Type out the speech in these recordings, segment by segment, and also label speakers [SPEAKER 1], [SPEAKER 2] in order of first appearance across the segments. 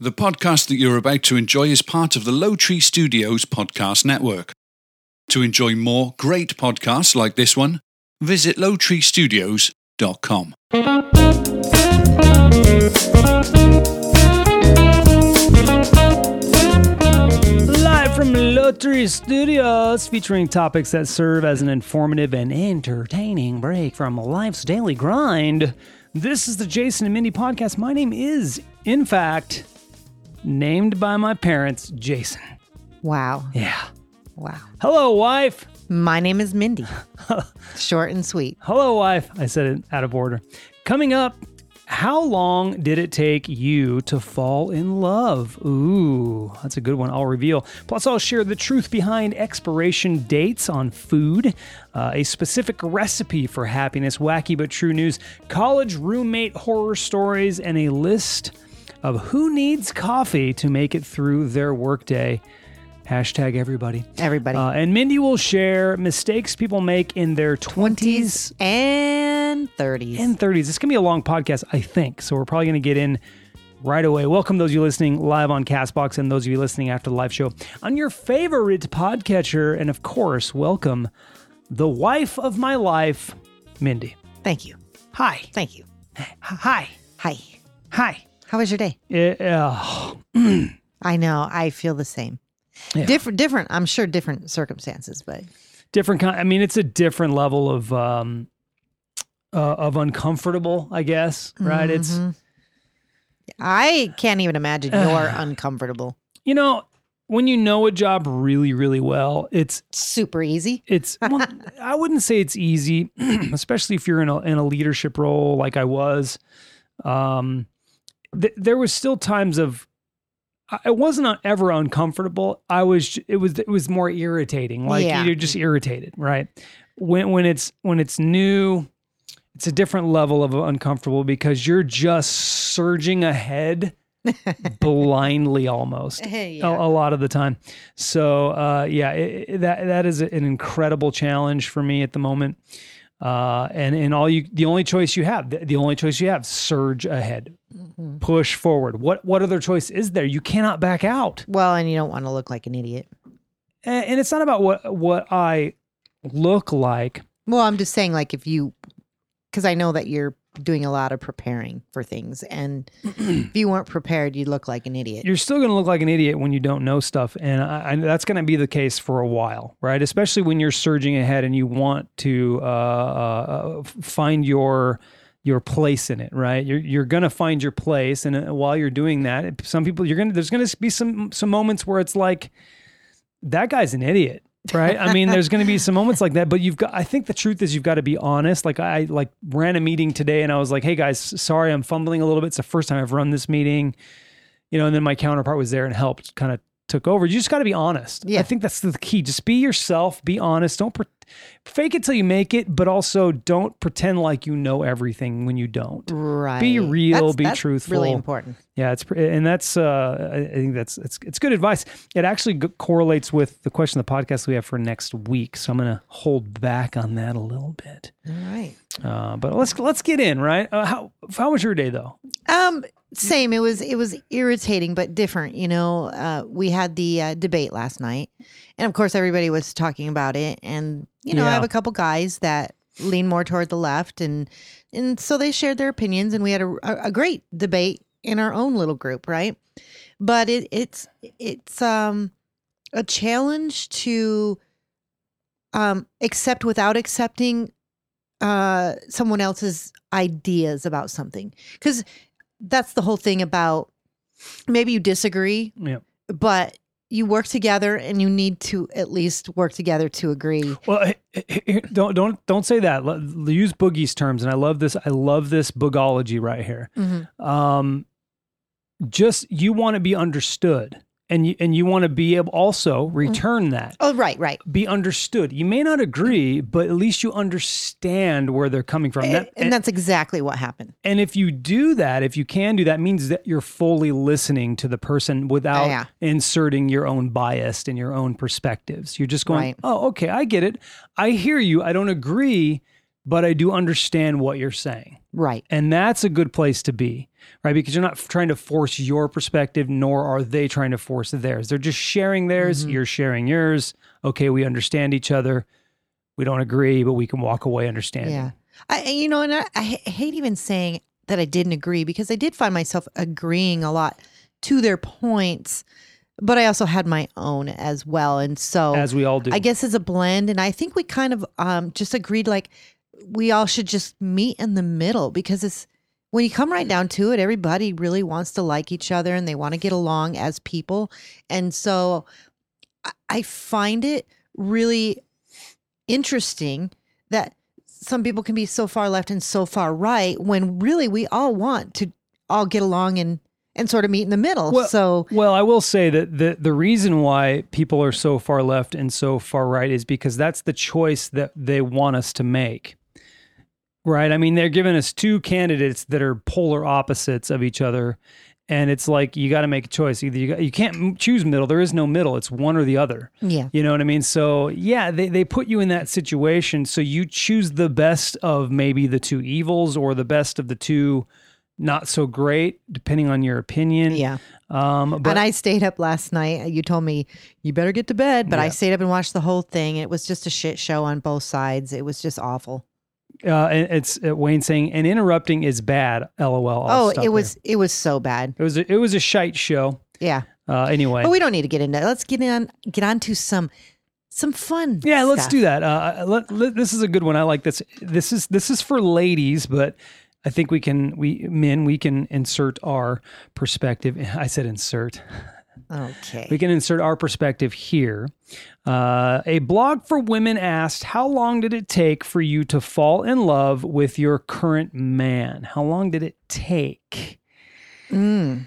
[SPEAKER 1] The podcast that you're about to enjoy is part of the Low Tree Studios podcast network. To enjoy more great podcasts like this one, visit lowtreestudios.com.
[SPEAKER 2] Live from Lottery Studios, featuring topics that serve as an informative and entertaining break from life's daily grind. This is the Jason and Mindy podcast. My name is, in fact, named by my parents, Jason.
[SPEAKER 3] Wow.
[SPEAKER 2] Yeah.
[SPEAKER 3] Wow.
[SPEAKER 2] Hello, wife.
[SPEAKER 3] My name is Mindy. Short and sweet.
[SPEAKER 2] Hello, wife. I said it out of order. Coming up, how long did it take you to fall in love? Ooh, that's a good one. I'll reveal. Plus, I'll share the truth behind expiration dates on food, uh, a specific recipe for happiness, wacky but true news, college roommate horror stories, and a list of who needs coffee to make it through their workday. Hashtag everybody.
[SPEAKER 3] Everybody.
[SPEAKER 2] Uh, and Mindy will share mistakes people make in their 20s
[SPEAKER 3] and 30s.
[SPEAKER 2] and 30s. It's going to be a long podcast, I think. So we're probably going to get in right away. Welcome those of you listening live on Castbox and those of you listening after the live show on your favorite podcatcher. And of course, welcome the wife of my life, Mindy.
[SPEAKER 3] Thank you.
[SPEAKER 2] Hi.
[SPEAKER 3] Thank you.
[SPEAKER 2] Hi.
[SPEAKER 3] Hi.
[SPEAKER 2] Hi.
[SPEAKER 3] How was your day?
[SPEAKER 2] Eh, Yeah.
[SPEAKER 3] I know. I feel the same.
[SPEAKER 2] Yeah.
[SPEAKER 3] Different, different. I'm sure different circumstances, but
[SPEAKER 2] different kind. I mean, it's a different level of um uh, of uncomfortable, I guess. Right? It's
[SPEAKER 3] Mhm. I can't even imagine you're uncomfortable.
[SPEAKER 2] you know when you know a job really really well, it's
[SPEAKER 3] Super easy.
[SPEAKER 2] it's well, I wouldn't say it's easy, especially if you're in a in a leadership role like I was. Um, th- there was still times of I- I wasn't un- ever uncomfortable. I was j- it was it was more irritating. Like
[SPEAKER 3] Yeah.
[SPEAKER 2] you're just irritated, right? When when it's when it's new, it's a different level of uncomfortable because you're just surging ahead blindly almost a-
[SPEAKER 3] yeah.
[SPEAKER 2] a, lot of the time. So uh, yeah, it, it- that that is an incredible challenge for me at the moment. Uh, and and all you, the only choice you have, the, the only choice you have, surge ahead,
[SPEAKER 3] Mhm.
[SPEAKER 2] push forward. What what other choice is there? You cannot back out.
[SPEAKER 3] Well, and you don't want to look like an idiot.
[SPEAKER 2] A- And, it's not about what what I look like.
[SPEAKER 3] Well, I'm just saying, like, if you, because I know that you're doing a lot of preparing for things, and if you weren't prepared, you'd look like an idiot.
[SPEAKER 2] You're still going to look like an idiot when you don't know stuff, and I, I, that's going to be the case for a while, right? Especially when you're surging ahead and you want to uh, uh, f- find your your place in it, right? You're you're going to find your place, and uh, while you're doing that, it- some people you're going to there's going to be some some moments where it's like that guy's an idiot. right i mean there's going to be some moments like that but you've got i think the truth is you've got to be honest like i like ran a meeting today and i was like hey guys sorry i'm fumbling a little bit it's the first time i've run this meeting you know, and then my counterpart was there and helped kind of took over. You just got to be honest.
[SPEAKER 3] Yeah.
[SPEAKER 2] I think that's the key. Just be yourself, be honest. Don't pre- fake it till you make it, but also don't pretend like you know everything when you don't.
[SPEAKER 3] Right.
[SPEAKER 2] real,
[SPEAKER 3] That's-
[SPEAKER 2] be
[SPEAKER 3] that's
[SPEAKER 2] truthful.
[SPEAKER 3] Really important.
[SPEAKER 2] Yeah, it's pre- and that's uh I I think that's it's it's good advice. It actually g- correlates with the question of the podcast we have for next week. So I'm going to hold back on that a little bit.
[SPEAKER 3] All right.
[SPEAKER 2] Uh, but let's let's get in, right? Uh, how how was your day though?
[SPEAKER 3] Um, same. It was it was irritating but different. You know, uh, we had the uh, debate last night, and of course everybody was talking about it. And you know, I
[SPEAKER 2] Yeah.
[SPEAKER 3] have a couple guys that lean more toward the left, and and so they shared their opinions, and we had a, a, a great debate in our own little group, right? But it it's it's um a challenge to um accept without accepting uh someone else's ideas about something because that's the whole thing about maybe you disagree
[SPEAKER 2] Yeah.
[SPEAKER 3] but you work together and you need to at least work together to agree
[SPEAKER 2] Well, don't don't don't say that. Let- Use Boogie's terms, and I love this. I love this boogology right here. Um, just you want to be understood, and you and you want to be able also return that
[SPEAKER 3] oh right right
[SPEAKER 2] be understood. You may not agree, but at least you understand where they're coming from.
[SPEAKER 3] and,
[SPEAKER 2] That- and,
[SPEAKER 3] that's exactly what happened
[SPEAKER 2] and if you do that, if you can do that, means that you're fully listening to the person without
[SPEAKER 3] Yeah.
[SPEAKER 2] inserting your own bias and your own perspectives. You're just going,
[SPEAKER 3] Right.
[SPEAKER 2] oh, okay, I get it. I hear you. I don't agree, but I do understand what you're saying.
[SPEAKER 3] Right.
[SPEAKER 2] And that's a good place to be, right? Because you're not f- trying to force your perspective, nor are they trying to force theirs. They're just sharing theirs.
[SPEAKER 3] Mhm.
[SPEAKER 2] You're sharing yours. Okay, we understand each other. We don't agree, but we can walk away understanding.
[SPEAKER 3] Yeah. I, and you know, and I, I ha- hate even saying that I didn't agree because I did find myself agreeing a lot to their points, but I also had my own as well. And so
[SPEAKER 2] As we all do.
[SPEAKER 3] I guess it's a blend. And I think we kind of um, just agreed like we all should just meet in the middle because it's when you come right down to it, everybody really wants to like each other and they want to get along as people. And so I- I find it really interesting that some people can be so far left and so far right when really we all want to all get along and and sort of meet in the middle.
[SPEAKER 2] Well-
[SPEAKER 3] so
[SPEAKER 2] Well, I will say that the the reason why people are so far left and so far right is because that's the choice that they want us to make. Right? I mean, they're giving us two candidates that are polar opposites of each other, and it's like you got to make a choice. Either you got, you can't m- choose middle. There is no middle. It's one or the other.
[SPEAKER 3] yeah.
[SPEAKER 2] You know what I mean? So, yeah, they, they put you in that situation. So, you choose the best of maybe the two evils or the best of the two not so great, depending on your opinion.
[SPEAKER 3] Yeah.
[SPEAKER 2] Um, but
[SPEAKER 3] and I stayed up last night. You told me you better get to bed, but I
[SPEAKER 2] Yeah.
[SPEAKER 3] stayed up and watched the whole thing. It was just a shit show on both sides. It was just awful.
[SPEAKER 2] Uh, and it's uh, Wayne saying, "And interrupting is bad." LOL. I'll
[SPEAKER 3] oh,
[SPEAKER 2] stop
[SPEAKER 3] it
[SPEAKER 2] there.
[SPEAKER 3] was it was so bad.
[SPEAKER 2] It was. A, it was a shite show.
[SPEAKER 3] Yeah,
[SPEAKER 2] Uh, anyway.
[SPEAKER 3] but we don't need to get into. Oh, it. Let's get on get on to some some fun.
[SPEAKER 2] yeah, let's
[SPEAKER 3] stuff.
[SPEAKER 2] do that. Uh, let, let- this is a good one. I like this. This is this is for ladies, but I think we can we men we can insert our perspective. I said insert.
[SPEAKER 3] Okay.
[SPEAKER 2] We can insert our perspective here. Uh, a blog for women asked, How long did it take for you to fall in love with your current man? How long did it take?
[SPEAKER 3] Mm.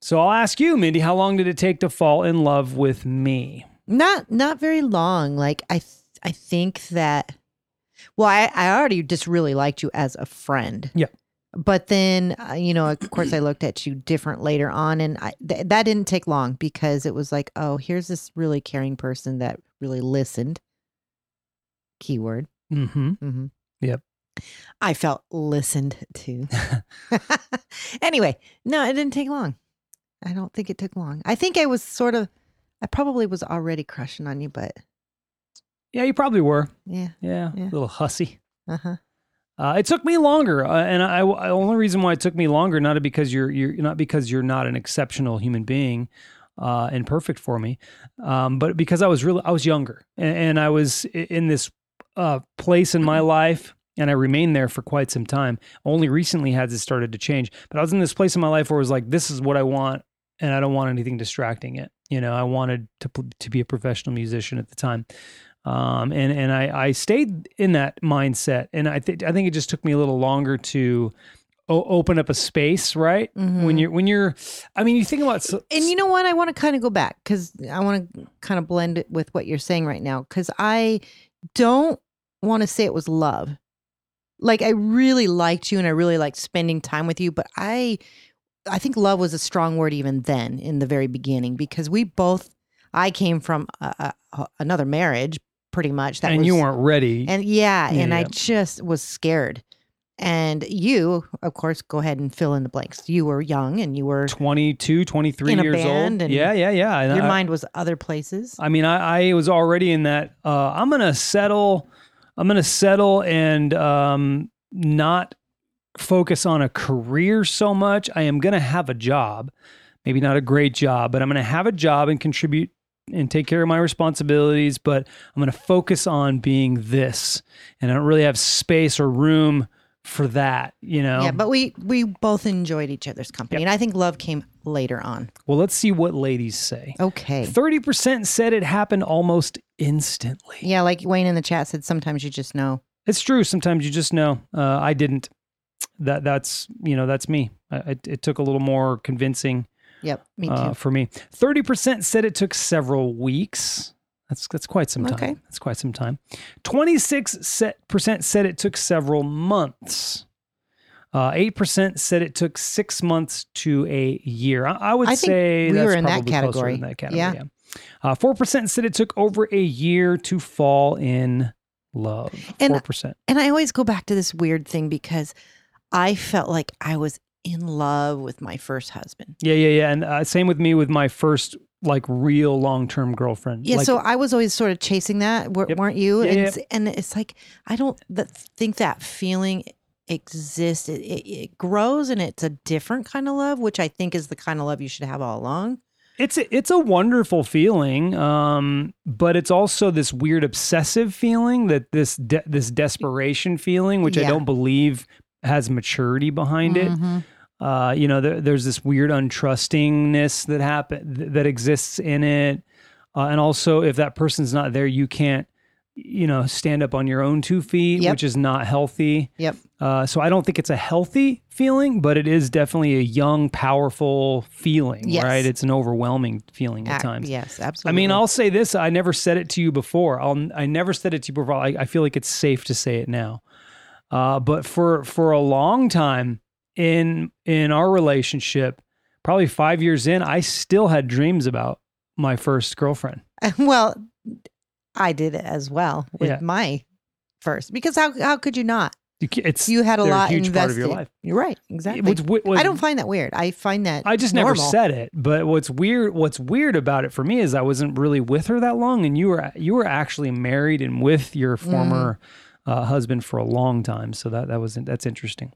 [SPEAKER 2] So I'll ask you, Mindy, how long did it take to fall in love with me?
[SPEAKER 3] Not not very long. Like I th- I think that. Well, I, I already just really liked you as a friend.
[SPEAKER 2] Yeah.
[SPEAKER 3] But then, uh, you know, of course, I looked at you different later on, and I, th- that didn't take long because it was like, oh, here's this really caring person that really listened. Keyword.
[SPEAKER 2] Mm-hmm.
[SPEAKER 3] Mm-hmm.
[SPEAKER 2] Yep.
[SPEAKER 3] I felt listened to. anyway, no, it didn't take long. I don't think it took long. I think I was sort of, I probably was already crushing on you, but
[SPEAKER 2] Yeah, you probably were.
[SPEAKER 3] yeah.
[SPEAKER 2] Yeah,
[SPEAKER 3] Yeah.
[SPEAKER 2] little hussy.
[SPEAKER 3] Uh huh. Uh
[SPEAKER 2] Uh, it took me longer, uh, and I, I only reason why it took me longer not because you're you're not because you're not an exceptional human being uh, and perfect for me, um, but because I was really I was younger and, and I was i- in this uh, place in my life, and I remained there for quite some time. Only recently has it started to change, but I was in this place in my life where it was like this is what I want, and I don't want anything distracting it. You know, I wanted to pl- to be a professional musician at the time um, and and I, I stayed in that mindset, and I think I think it just took me a little longer to o- open up a space, right? When you're when you're, I mean, you think about s-
[SPEAKER 3] Mm. And you know what? I want to kind of go back because I want to kind of blend it with what you're saying right now because I don't want to say it was love. Like I really liked you and I really liked spending time with you, but I I think love was a strong word even then in the very beginning because we both I came from a, a, another marriage pretty much that
[SPEAKER 2] and
[SPEAKER 3] was
[SPEAKER 2] you weren't ready.
[SPEAKER 3] and yeah,
[SPEAKER 2] Yeah,
[SPEAKER 3] and I
[SPEAKER 2] yeah.
[SPEAKER 3] just was scared. And you, of course, go ahead and fill in the blanks. You were young and you were
[SPEAKER 2] 22, 23
[SPEAKER 3] In a
[SPEAKER 2] years
[SPEAKER 3] band
[SPEAKER 2] old.
[SPEAKER 3] and
[SPEAKER 2] Yeah, yeah, yeah. And
[SPEAKER 3] your
[SPEAKER 2] I,
[SPEAKER 3] mind was other places.
[SPEAKER 2] I mean, I, I was already in that. Uh, I'm gonna settle. I'm gonna settle and um, not focus on a career so much. I am gonna have a job, maybe not a great job, but I'm gonna have a job and contribute and take care of my responsibilities. But I'm gonna focus on being this, and I don't really have space or room for that. You know.
[SPEAKER 3] Yeah, but we we both enjoyed each other's company, and I think love came later on.
[SPEAKER 2] well, let's see what ladies say.
[SPEAKER 3] Okay.
[SPEAKER 2] Thirty percent said it happened almost instantly.
[SPEAKER 3] Yeah, like Wayne in the chat said, sometimes you just know.
[SPEAKER 2] It's true. Sometimes you just know. Uh, I didn't. That that's you know that's me. I, it, it took a little more convincing
[SPEAKER 3] Yep, me too.
[SPEAKER 2] uh, for me. Thirty percent said it took several weeks. That's that's quite some time.
[SPEAKER 3] Okay.
[SPEAKER 2] That's quite some time. Twenty six percent said it took several months. Uh, Eight percent said it took six months to a year. I, I would
[SPEAKER 3] I think
[SPEAKER 2] say
[SPEAKER 3] we
[SPEAKER 2] that's
[SPEAKER 3] were in that
[SPEAKER 2] probably closer
[SPEAKER 3] category.
[SPEAKER 2] in that category. Uh,
[SPEAKER 3] Yeah.
[SPEAKER 2] Yeah. Four percent said it took over a year to fall in love.
[SPEAKER 3] And-
[SPEAKER 2] Four percent.
[SPEAKER 3] And I always go back to this weird thing because I felt like I was in love with my first husband.
[SPEAKER 2] Yeah, yeah, yeah. And uh, same with me with my first like real long term girlfriend.
[SPEAKER 3] Yeah,
[SPEAKER 2] Like,
[SPEAKER 3] so I was always sort of chasing that, wer-
[SPEAKER 2] Yep.
[SPEAKER 3] weren't you?
[SPEAKER 2] Yeah,
[SPEAKER 3] and,
[SPEAKER 2] yeah.
[SPEAKER 3] it's- and it's like I don't th- think that feeling exists. It, it, it grows, and it's a different kind of love, which I think is the kind of love you should have all along.
[SPEAKER 2] it's a, it's a wonderful feeling, um, but it's also this weird obsessive feeling that this de- this desperation feeling, which I
[SPEAKER 3] Yeah.
[SPEAKER 2] don't believe has maturity behind it.
[SPEAKER 3] Mm-hmm.
[SPEAKER 2] uh, you know, there, there's this weird untrustingness that happen th- that exists in it, uh, and also if that person's not there, you can't, you know, stand up on your own two feet,
[SPEAKER 3] Yep.
[SPEAKER 2] which is not healthy.
[SPEAKER 3] Yep.
[SPEAKER 2] Uh, so I don't think it's a healthy feeling, but it is definitely a young, powerful feeling,
[SPEAKER 3] Yes.
[SPEAKER 2] right? It's an overwhelming feeling at
[SPEAKER 3] Ac-
[SPEAKER 2] times.
[SPEAKER 3] Yes,
[SPEAKER 2] I
[SPEAKER 3] absolutely.
[SPEAKER 2] mean, I'll say this. I never said it to you before. I'll, I never said it to you before. I, I feel like it's safe to say it now. Uh, but for for a long time in in our relationship, probably five years in, I still had dreams about my first girlfriend.
[SPEAKER 3] well, I did it as well with
[SPEAKER 2] Yeah.
[SPEAKER 3] my first because how how could you not?
[SPEAKER 2] You ca- It's
[SPEAKER 3] You had a
[SPEAKER 2] they're
[SPEAKER 3] lot
[SPEAKER 2] huge
[SPEAKER 3] invested.
[SPEAKER 2] part of your life.
[SPEAKER 3] You're right, exactly.
[SPEAKER 2] What's wi- what-
[SPEAKER 3] I don't find that weird. I find that
[SPEAKER 2] I just never
[SPEAKER 3] normal.
[SPEAKER 2] said it. But what's weird what's weird about it for me is I wasn't really with her that long, and you were you were actually married and with your former uh, husband for a long time. So that that was that's interesting.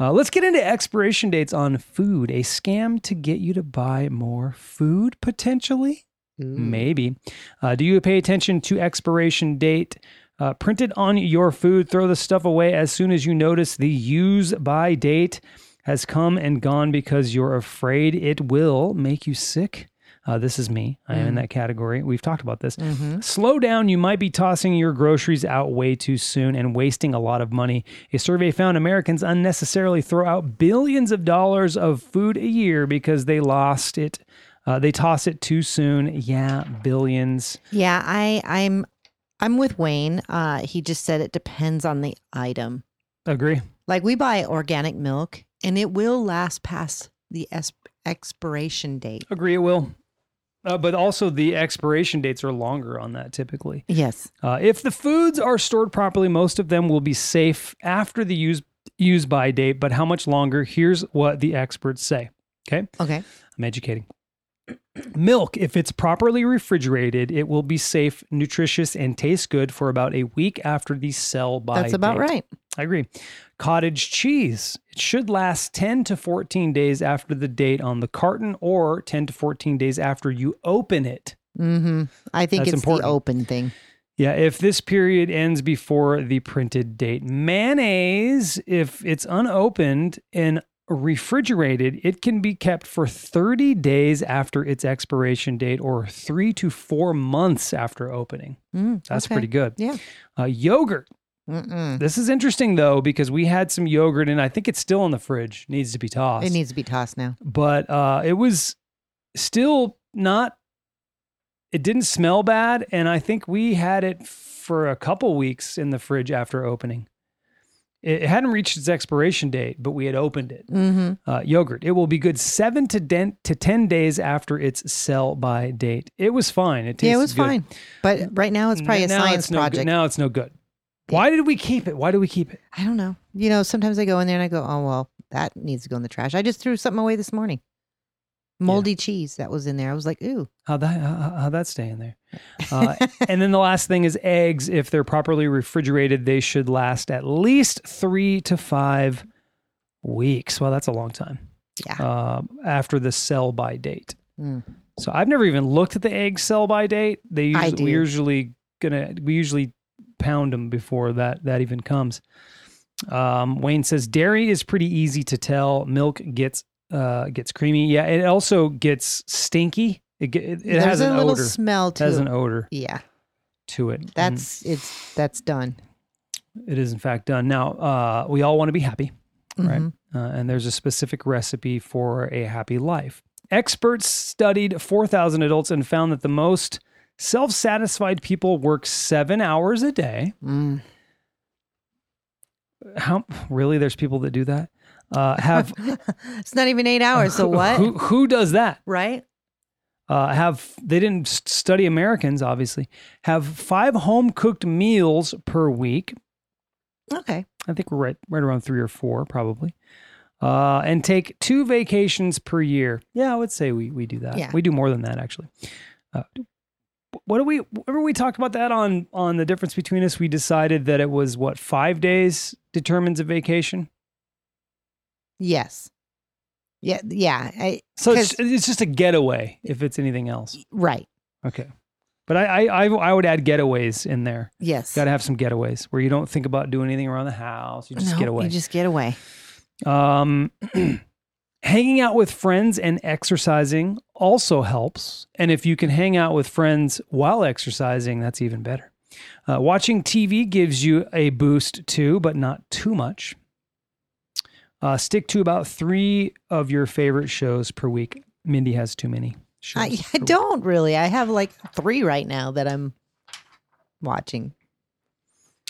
[SPEAKER 2] Uh, let's get into expiration dates on food. A scam to get you to buy more food potentially. Maybe. Uh, do you pay attention to expiration date? Uh, print it on your food. Throw the stuff away as soon as you notice the use by date has come and gone because you're afraid it will make you sick. Uh, this is me. I am in that category. We've talked about
[SPEAKER 3] Mm-hmm.
[SPEAKER 2] this. Slow down. You might be tossing your groceries out way too soon and wasting a lot of money. A survey found Americans unnecessarily throw out billions of dollars of food a year because they lost it. Uh, they toss it too soon. Yeah, billions.
[SPEAKER 3] Yeah, I I'm I'm with Wayne. Uh he just said it depends on the item.
[SPEAKER 2] Agree.
[SPEAKER 3] Like we buy organic milk and it will last past the es- expiration date.
[SPEAKER 2] Agree. It will. Uh, but also, the expiration dates are longer on that typically.
[SPEAKER 3] Yes.
[SPEAKER 2] Uh, if the foods are stored properly, most of them will be safe after the use use by date. But how much longer? Here's what the experts say. Okay,
[SPEAKER 3] Okay.
[SPEAKER 2] I'm educating. Milk, if it's properly refrigerated, it will be safe, nutritious, and taste good for about a week after the sell by.
[SPEAKER 3] That's about
[SPEAKER 2] date.
[SPEAKER 3] right.
[SPEAKER 2] I agree. Cottage cheese. It should last 10 to 14 days after the date on the carton or 10 to 14 days after you open it.
[SPEAKER 3] Mhm. I think
[SPEAKER 2] That's
[SPEAKER 3] it's
[SPEAKER 2] important.
[SPEAKER 3] the open thing.
[SPEAKER 2] Yeah, if this period ends before the printed date. Mayonnaise, if it's unopened and refrigerated, it can be kept for 30 days after its expiration date or three to four months after opening.
[SPEAKER 3] Mm,
[SPEAKER 2] That's
[SPEAKER 3] okay.
[SPEAKER 2] pretty good.
[SPEAKER 3] Yeah.
[SPEAKER 2] Uh, yogurt.
[SPEAKER 3] Mm-mm.
[SPEAKER 2] Mm-hmm. This is interesting though because we had some yogurt and I think it's still in the fridge, needs to be tossed.
[SPEAKER 3] It needs to be tossed now.
[SPEAKER 2] but uh, it was still not. It didn't smell bad, and I think we had it for a couple weeks in the fridge after opening. It it hadn't reached its expiration date, but we had opened it.
[SPEAKER 3] Mhm.
[SPEAKER 2] Uh, yogurt. It will be good seven to, den- to ten days after its sell by date. It was fine. It tasted
[SPEAKER 3] Yeah, it was
[SPEAKER 2] good.
[SPEAKER 3] fine. But right now it's probably a
[SPEAKER 2] N- now
[SPEAKER 3] science
[SPEAKER 2] it's no
[SPEAKER 3] project.
[SPEAKER 2] Good. Now it's no good. Why did we keep it? Why do we keep it?
[SPEAKER 3] I don't know. You know, sometimes I go in there and I go, "Oh, well, that needs to go in the trash." I just threw something away this morning. Moldy cheese that was in there. I was like, "Ooh."
[SPEAKER 2] How that how, how that stay in there? Uh, and then the last thing is eggs. If they're properly refrigerated, they should last at least three to five weeks. Well, that's a long time
[SPEAKER 3] Yeah.
[SPEAKER 2] um, after the sell by date.
[SPEAKER 3] Mm.
[SPEAKER 2] So I've never even looked at the egg sell by date. They
[SPEAKER 3] I
[SPEAKER 2] usually, we
[SPEAKER 3] do.
[SPEAKER 2] usually gonna we usually pound them before that that even comes. Um, Wayne says dairy is pretty easy to tell. Milk gets uh, gets creamy. Yeah, it also gets stinky. It ge- it, it
[SPEAKER 3] There's
[SPEAKER 2] has
[SPEAKER 3] a
[SPEAKER 2] an
[SPEAKER 3] little
[SPEAKER 2] odor.
[SPEAKER 3] smell
[SPEAKER 2] It
[SPEAKER 3] to
[SPEAKER 2] has
[SPEAKER 3] it.
[SPEAKER 2] an Mm. odor
[SPEAKER 3] Yeah,
[SPEAKER 2] to it. And-
[SPEAKER 3] that's it's that's done.
[SPEAKER 2] It is in fact done. Now, uh, we all want to be happy, right?
[SPEAKER 3] Mhm.
[SPEAKER 2] Uh, and there's a specific recipe for a happy life. Experts studied 4,000 adults and found that the most self satisfied people work seven hours a day.
[SPEAKER 3] Mm.
[SPEAKER 2] How really? There's people that do that? Uh, have
[SPEAKER 3] it's not even eight hours. So what?
[SPEAKER 2] Who, who does that?
[SPEAKER 3] right?
[SPEAKER 2] uh, have they didn't s- study Americans obviously have five home cooked meals per week.
[SPEAKER 3] Okay.
[SPEAKER 2] I think we're right right around three or four probably, uh, and take two vacations per year. Yeah, I would say we we do that.
[SPEAKER 3] Yeah.
[SPEAKER 2] We do more than that actually. Uh, what do we? Remember we talked about that on on the difference between us. We decided that it was what five days determines a vacation.
[SPEAKER 3] Yes. Yeah. Yeah. I,
[SPEAKER 2] So it's,
[SPEAKER 3] 'Cause-
[SPEAKER 2] it's just a getaway if it's anything else.
[SPEAKER 3] right.
[SPEAKER 2] Okay. But I, I, I, I would add getaways in there.
[SPEAKER 3] Yes.
[SPEAKER 2] Got to have some getaways where you don't think about doing anything around the house. You just
[SPEAKER 3] No,
[SPEAKER 2] get away.
[SPEAKER 3] You just get away.
[SPEAKER 2] um, hanging out with friends and exercising also helps. And if you can hang out with friends while exercising, that's even better. Uh, watching TV gives you a boost too, but not too much. Uh, stick to about three of your favorite shows per week. Mindy has too many. Shows
[SPEAKER 3] I,
[SPEAKER 2] per
[SPEAKER 3] I
[SPEAKER 2] week.
[SPEAKER 3] don't really. I have like three right now that I'm watching.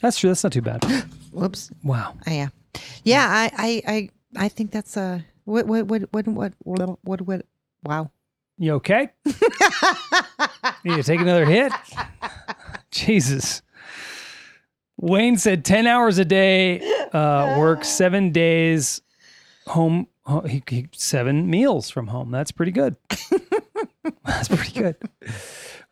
[SPEAKER 2] That's true. That's not too bad.
[SPEAKER 3] Whoops.
[SPEAKER 2] Wow.
[SPEAKER 3] I am. Yeah. I, I, I, I think that's a, what, what, what, what, what, what, what, what wow.
[SPEAKER 2] You okay? Need to take another hit? Jesus. Wayne said 10 hours a day, uh, work seven days home, ho- he, he, seven meals from home. That's pretty good. That's pretty good.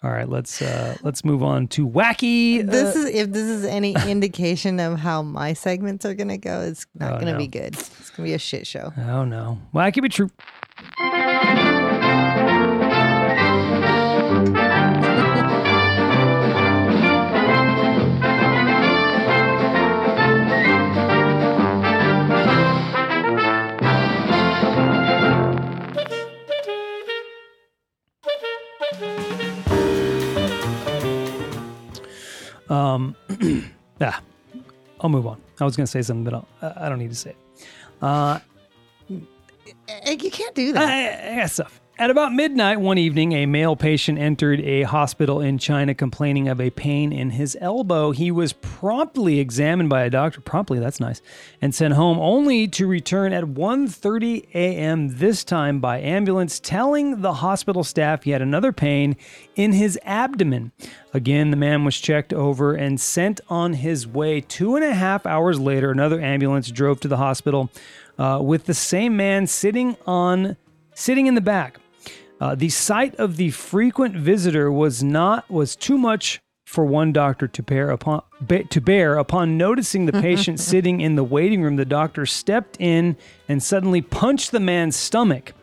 [SPEAKER 2] All right, let's uh, let's move on to wacky. uh,
[SPEAKER 3] this is if this is any indication of how my segments are gonna go, it's not
[SPEAKER 2] Oh,
[SPEAKER 3] gonna
[SPEAKER 2] no.
[SPEAKER 3] be good. It's gonna be a shit show.
[SPEAKER 2] Oh no. Well, I could be true. Um, yeah, I'll move on. I was going to say something, but I'll, I- I don't need to say it.
[SPEAKER 3] Eh, You can't do that.
[SPEAKER 2] I, I got stuff. At about midnight one evening, a male patient entered a hospital in China complaining of a pain in his elbow. He was promptly examined by a doctor, promptly, that's nice, and sent home only to return at 1:30 a.m. this time by ambulance telling the hospital staff he had another pain in his abdomen. Again, the man was checked over and sent on his way. Two and a half hours later, another ambulance drove to the hospital uh, with the same man sitting on sitting in the back. Uh, the sight of the frequent visitor was not was too much for one doctor to bear upon be, to bear upon noticing the patient sitting in the waiting room the doctor stepped in and suddenly punched the man's stomach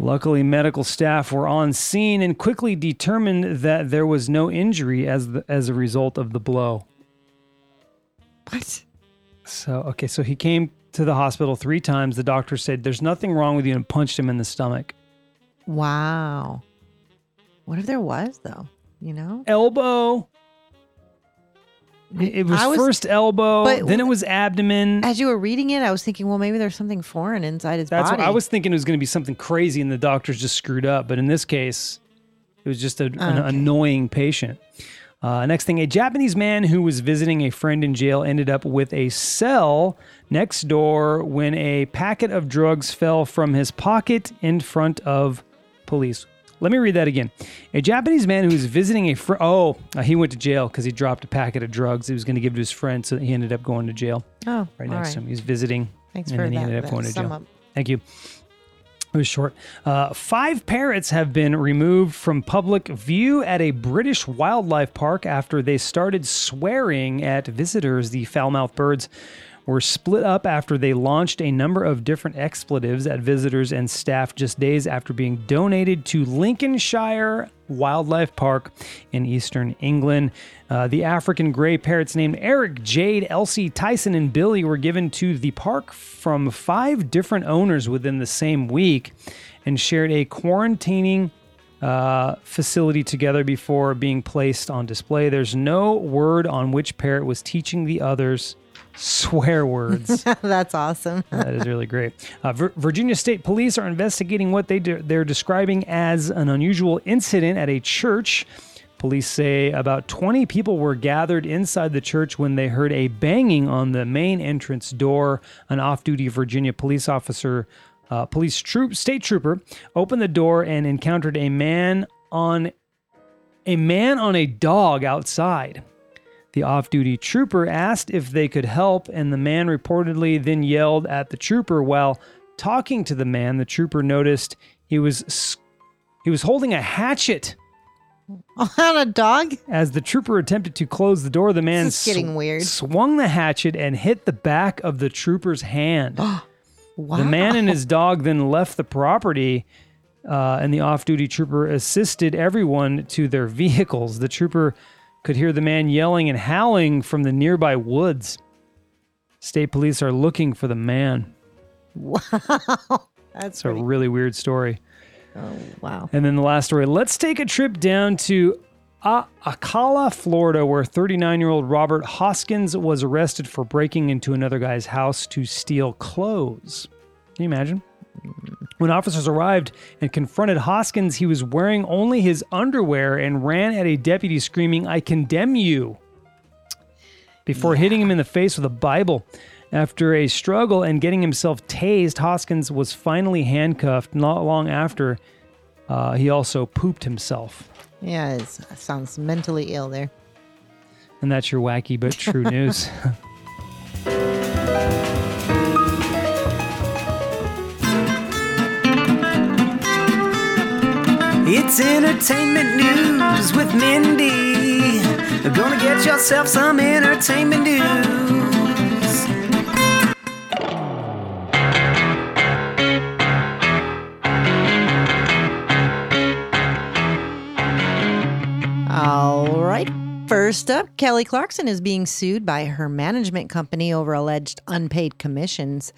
[SPEAKER 2] Luckily, medical staff were on scene and quickly determined that there was no injury as the, as a result of the blow.
[SPEAKER 3] what?
[SPEAKER 2] So, okay, so he came to the hospital three times. The doctor said, There's nothing wrong with you, and punched him in the stomach.
[SPEAKER 3] Wow. What if there was though? You know?
[SPEAKER 2] Elbow. Uh-huh. It it was,
[SPEAKER 3] I was-
[SPEAKER 2] first elbow,
[SPEAKER 3] but-
[SPEAKER 2] then it was abdomen.
[SPEAKER 3] As you were reading it, I was thinking, well, maybe there's something foreign inside his
[SPEAKER 2] That's
[SPEAKER 3] body.
[SPEAKER 2] what I was thinking it was going to be something crazy, and the doctors just screwed up. But in this case, it was just a, an
[SPEAKER 3] Okay.
[SPEAKER 2] annoying patient. Uh, next thing, a Japanese man who was visiting a friend in jail ended up with a cell next door when a packet of drugs fell from his pocket in front of police. Let me read that again. A Japanese man who was visiting a friend. Oh, uh, he went to jail because he dropped a packet of drugs he was going to give to his friend, so he ended up going to jail
[SPEAKER 3] Oh,
[SPEAKER 2] right
[SPEAKER 3] all
[SPEAKER 2] next to him. He was visiting.
[SPEAKER 3] Thanks
[SPEAKER 2] and
[SPEAKER 3] for
[SPEAKER 2] then he
[SPEAKER 3] that,
[SPEAKER 2] ended up
[SPEAKER 3] that
[SPEAKER 2] going to
[SPEAKER 3] sum
[SPEAKER 2] jail.
[SPEAKER 3] up.
[SPEAKER 2] Thank you. It was short. Uh, five parrots have been removed from public view at a British wildlife park after they started swearing at visitors. The foul mouthed birds were split up after they launched a number of different expletives at visitors and staff just days after being donated to Lincolnshire Wildlife Park in eastern England. Uh, the African gray parrots named Eric, Jade, Elsie, Tyson, and Billy were given to the park from five different owners within the same week and shared a quarantining uh, facility together before being placed on display. There's no word on which parrot was teaching the others swear words.
[SPEAKER 3] That's awesome.
[SPEAKER 2] that is really great. Uh, Vir- Virginia State Police are investigating what they de- they're describing as an unusual incident at a church. Police say about 20 people were gathered inside the church when they heard a banging on the main entrance door. An off duty Virginia police officer Uh, police troop, state trooper, opened the door and encountered a man on a man on a dog outside. The off-duty trooper asked if they could help, and the man reportedly then yelled at the trooper. While talking to the man, the trooper noticed he was s- he was holding a hatchet.
[SPEAKER 3] on a dog.
[SPEAKER 2] As the trooper attempted to close the door, the man
[SPEAKER 3] is getting weird.
[SPEAKER 2] swung the hatchet and hit the back of the trooper's hand.
[SPEAKER 3] Wow.
[SPEAKER 2] The man and his dog then left the property, uh, and the off duty trooper assisted everyone to their vehicles. The trooper could hear the man yelling and howling from the nearby woods. State police are looking for the man.
[SPEAKER 3] Wow. That's
[SPEAKER 2] It's a
[SPEAKER 3] pretty,
[SPEAKER 2] really weird story.
[SPEAKER 3] oh, wow.
[SPEAKER 2] And then the last story let's take a trip down to A- Acala, Florida, where 39 year old Robert Hoskins was arrested for breaking into another guy's house to steal clothes. Can you imagine? When officers arrived and confronted Hoskins, he was wearing only his underwear and ran at a deputy screaming, I condemn you, before hitting him in the face with a Bible. After a struggle and getting himself tased, Hoskins was finally handcuffed. Not long after, uh, he also pooped himself.
[SPEAKER 3] Yeah, it sounds mentally ill there.
[SPEAKER 2] And that's your wacky but true news.
[SPEAKER 4] It's entertainment news with Mindy. Gonna get yourself some entertainment news.
[SPEAKER 3] All right. First up, Kelly Clarkson is being sued by her management company over alleged unpaid commissions.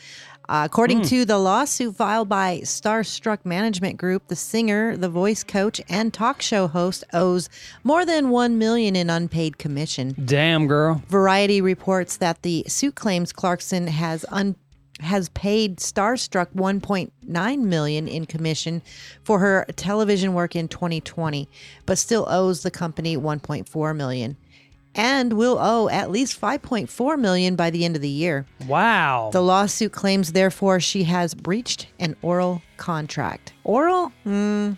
[SPEAKER 3] Uh,
[SPEAKER 2] Hmm.
[SPEAKER 3] according to the lawsuit filed by Starstruck Management Group, the singer, the voice coach, and talk show host owes more than one million in unpaid commission.
[SPEAKER 2] Damn, girl.
[SPEAKER 3] Variety reports that the suit claims Clarkson has un has paid Starstruck 1.9 million in commission for her television work in 2020, but still owes the company 1.4 million and will owe at least 5.4 million by the end of the year.
[SPEAKER 2] Wow.
[SPEAKER 3] The lawsuit claims therefore she has breached an oral contract. Oral? Hmm.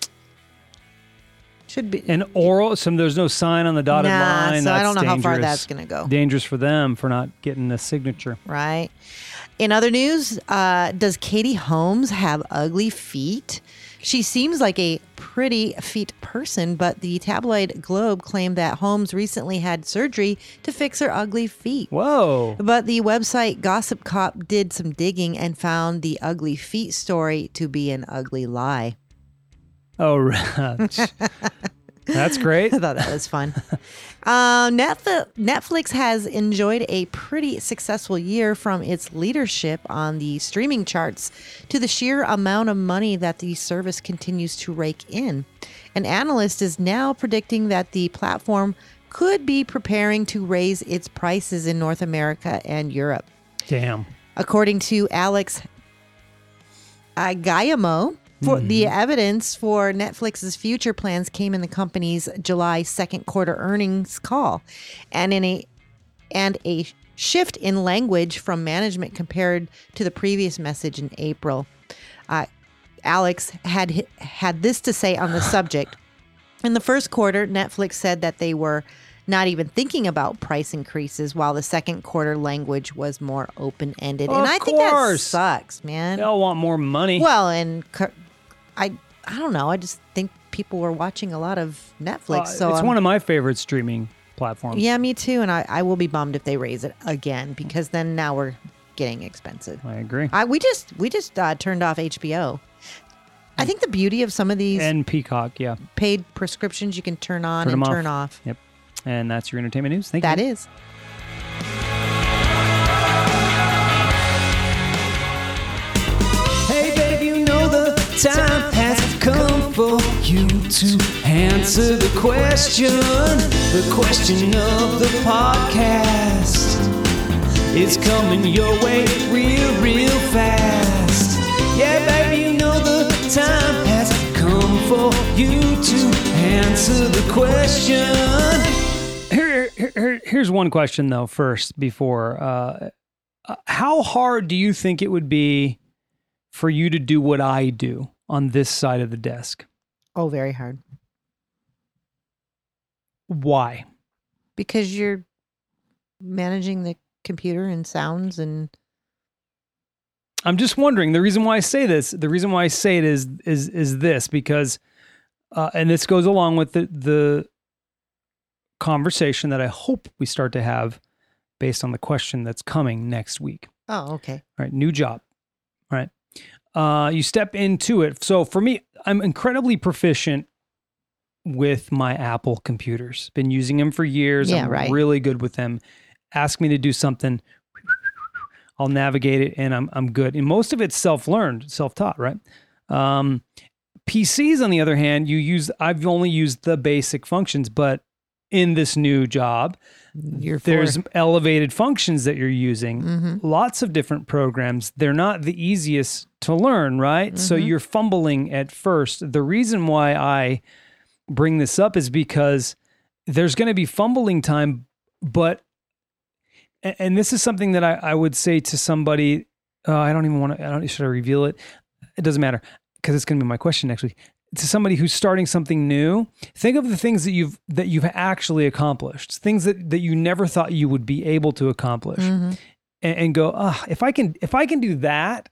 [SPEAKER 3] should be
[SPEAKER 2] An oral, some there's no sign on the dotted
[SPEAKER 3] Nah,
[SPEAKER 2] line.
[SPEAKER 3] so
[SPEAKER 2] That's
[SPEAKER 3] I don't know how far
[SPEAKER 2] dangerous.
[SPEAKER 3] that's gonna go.
[SPEAKER 2] Dangerous for them for not getting a signature.
[SPEAKER 3] right? In other news, uh, does Katie Holmes have ugly feet? She seems like a pretty feet person, but the tabloid Globe claimed that Holmes recently had surgery to fix her ugly feet.
[SPEAKER 2] Whoa.
[SPEAKER 3] But the website Gossip Cop did some digging and found the ugly feet story to be an ugly lie.
[SPEAKER 2] Oh, right. that's great.
[SPEAKER 3] I thought that was fun. um, Netf- Netflix has enjoyed a pretty successful year from its leadership on the streaming charts to the sheer amount of money that the service continues to rake in. An analyst is now predicting that the platform could be preparing to raise its prices in North America and Europe.
[SPEAKER 2] Damn.
[SPEAKER 3] According to Alex Agayamo, uh, for the
[SPEAKER 2] Hmm.
[SPEAKER 3] evidence for Netflix's future plans came in the company's July second quarter earnings call, and in a and a shift in language from management compared to the previous message in April. Uh, Alex had hi- had this to say on the subject. In the first quarter, Netflix said that they were not even thinking about price increases, while the second quarter language was more open ended. And
[SPEAKER 2] Of
[SPEAKER 3] I think that
[SPEAKER 2] course.
[SPEAKER 3] sucks, man.
[SPEAKER 2] They all want more money.
[SPEAKER 3] Well, and cur- I, I don't know. I just think people were watching a lot of Netflix.
[SPEAKER 2] Uh,
[SPEAKER 3] so
[SPEAKER 2] it's
[SPEAKER 3] I'm-
[SPEAKER 2] one of my favorite streaming platforms.
[SPEAKER 3] yeah, me too. And I, I will be bummed if they raise it again because then now we're getting expensive.
[SPEAKER 2] I agree.
[SPEAKER 3] I we just we just uh, turned off HBO. I think the beauty of some of these
[SPEAKER 2] and Peacock, yeah.
[SPEAKER 3] paid prescriptions you can turn on
[SPEAKER 2] Turn
[SPEAKER 3] and
[SPEAKER 2] them
[SPEAKER 3] turn off.
[SPEAKER 2] Yep. And that's your entertainment news. Thank you.
[SPEAKER 3] That is.
[SPEAKER 4] Hey, babe, you know the time has come for you to answer the question. The question of the podcast is coming your way real, real fast. Yeah, babe, you know the time has come for you to answer the question.
[SPEAKER 2] Here, here, here, here's one question though. First, before, uh, uh, how hard do you think it would be for you to do what I do on this side of the desk.
[SPEAKER 3] Oh, very hard.
[SPEAKER 2] Why?
[SPEAKER 3] Because you're managing the computer and sounds and
[SPEAKER 2] I'm just wondering. The reason why I say this, the reason why I say it is is is this because, uh, and this goes along with the the conversation that I hope we start to have, based on the question that's coming next week.
[SPEAKER 3] oh, okay.
[SPEAKER 2] All right, new job. All right. Uh, you step into it. So for me, I'm incredibly proficient with my Apple computers. Been using them for years.
[SPEAKER 3] Yeah,
[SPEAKER 2] I'm
[SPEAKER 3] right.
[SPEAKER 2] really good with them. Ask me to do something, I'll navigate it and I'm I'm good. And most of it's self-learned, self-taught, right? Um, PCs, on the other hand, you use I've only used the basic functions, but in this new job,
[SPEAKER 3] You're
[SPEAKER 2] there's elevated functions that you're using
[SPEAKER 3] hmm
[SPEAKER 2] lots of different programs. They're not the easiest to learn, right? So
[SPEAKER 3] Mhm.
[SPEAKER 2] you're fumbling at first. The reason why I bring this up is because there's going to be fumbling time, but, a- and this is something that I, I would say to somebody, uh, I don't even want to, I don't, should I reveal it? It doesn't matter because it's going to be my question next week. To somebody who's starting something new, think of the things that you've that you've actually accomplished, things that that you never thought you would be able to accomplish
[SPEAKER 3] hmm
[SPEAKER 2] and, and go, ah, if I can, if I can do that,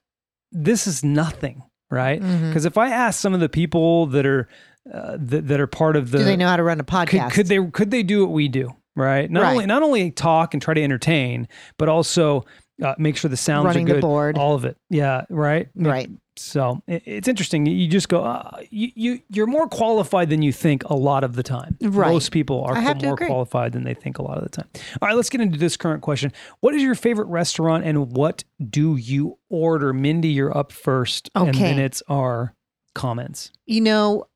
[SPEAKER 2] this is nothing, right?
[SPEAKER 3] Mm-hmm.
[SPEAKER 2] Because if I ask some of the people that are uh, that, that are part of the,
[SPEAKER 3] Do they know how to run a
[SPEAKER 2] could,
[SPEAKER 3] podcast?
[SPEAKER 2] could they could they do what we do, right? Not
[SPEAKER 3] Right.
[SPEAKER 2] only not only talk and try to entertain, but also uh, make sure the sounds
[SPEAKER 3] Running
[SPEAKER 2] are
[SPEAKER 3] the
[SPEAKER 2] good,
[SPEAKER 3] board.
[SPEAKER 2] all of it, yeah, right,
[SPEAKER 3] right.
[SPEAKER 2] So it, it's interesting. You just go, uh, you, you you're more qualified than you think a lot of the time.
[SPEAKER 3] Right.
[SPEAKER 2] Most people are
[SPEAKER 3] I have to
[SPEAKER 2] more
[SPEAKER 3] agree.
[SPEAKER 2] qualified than they think a lot of the time. All right, let's get into this current question. What is your favorite restaurant and what do you order? Mindy, you're up first, and
[SPEAKER 3] Okay.
[SPEAKER 2] then it's our comments.
[SPEAKER 3] You know,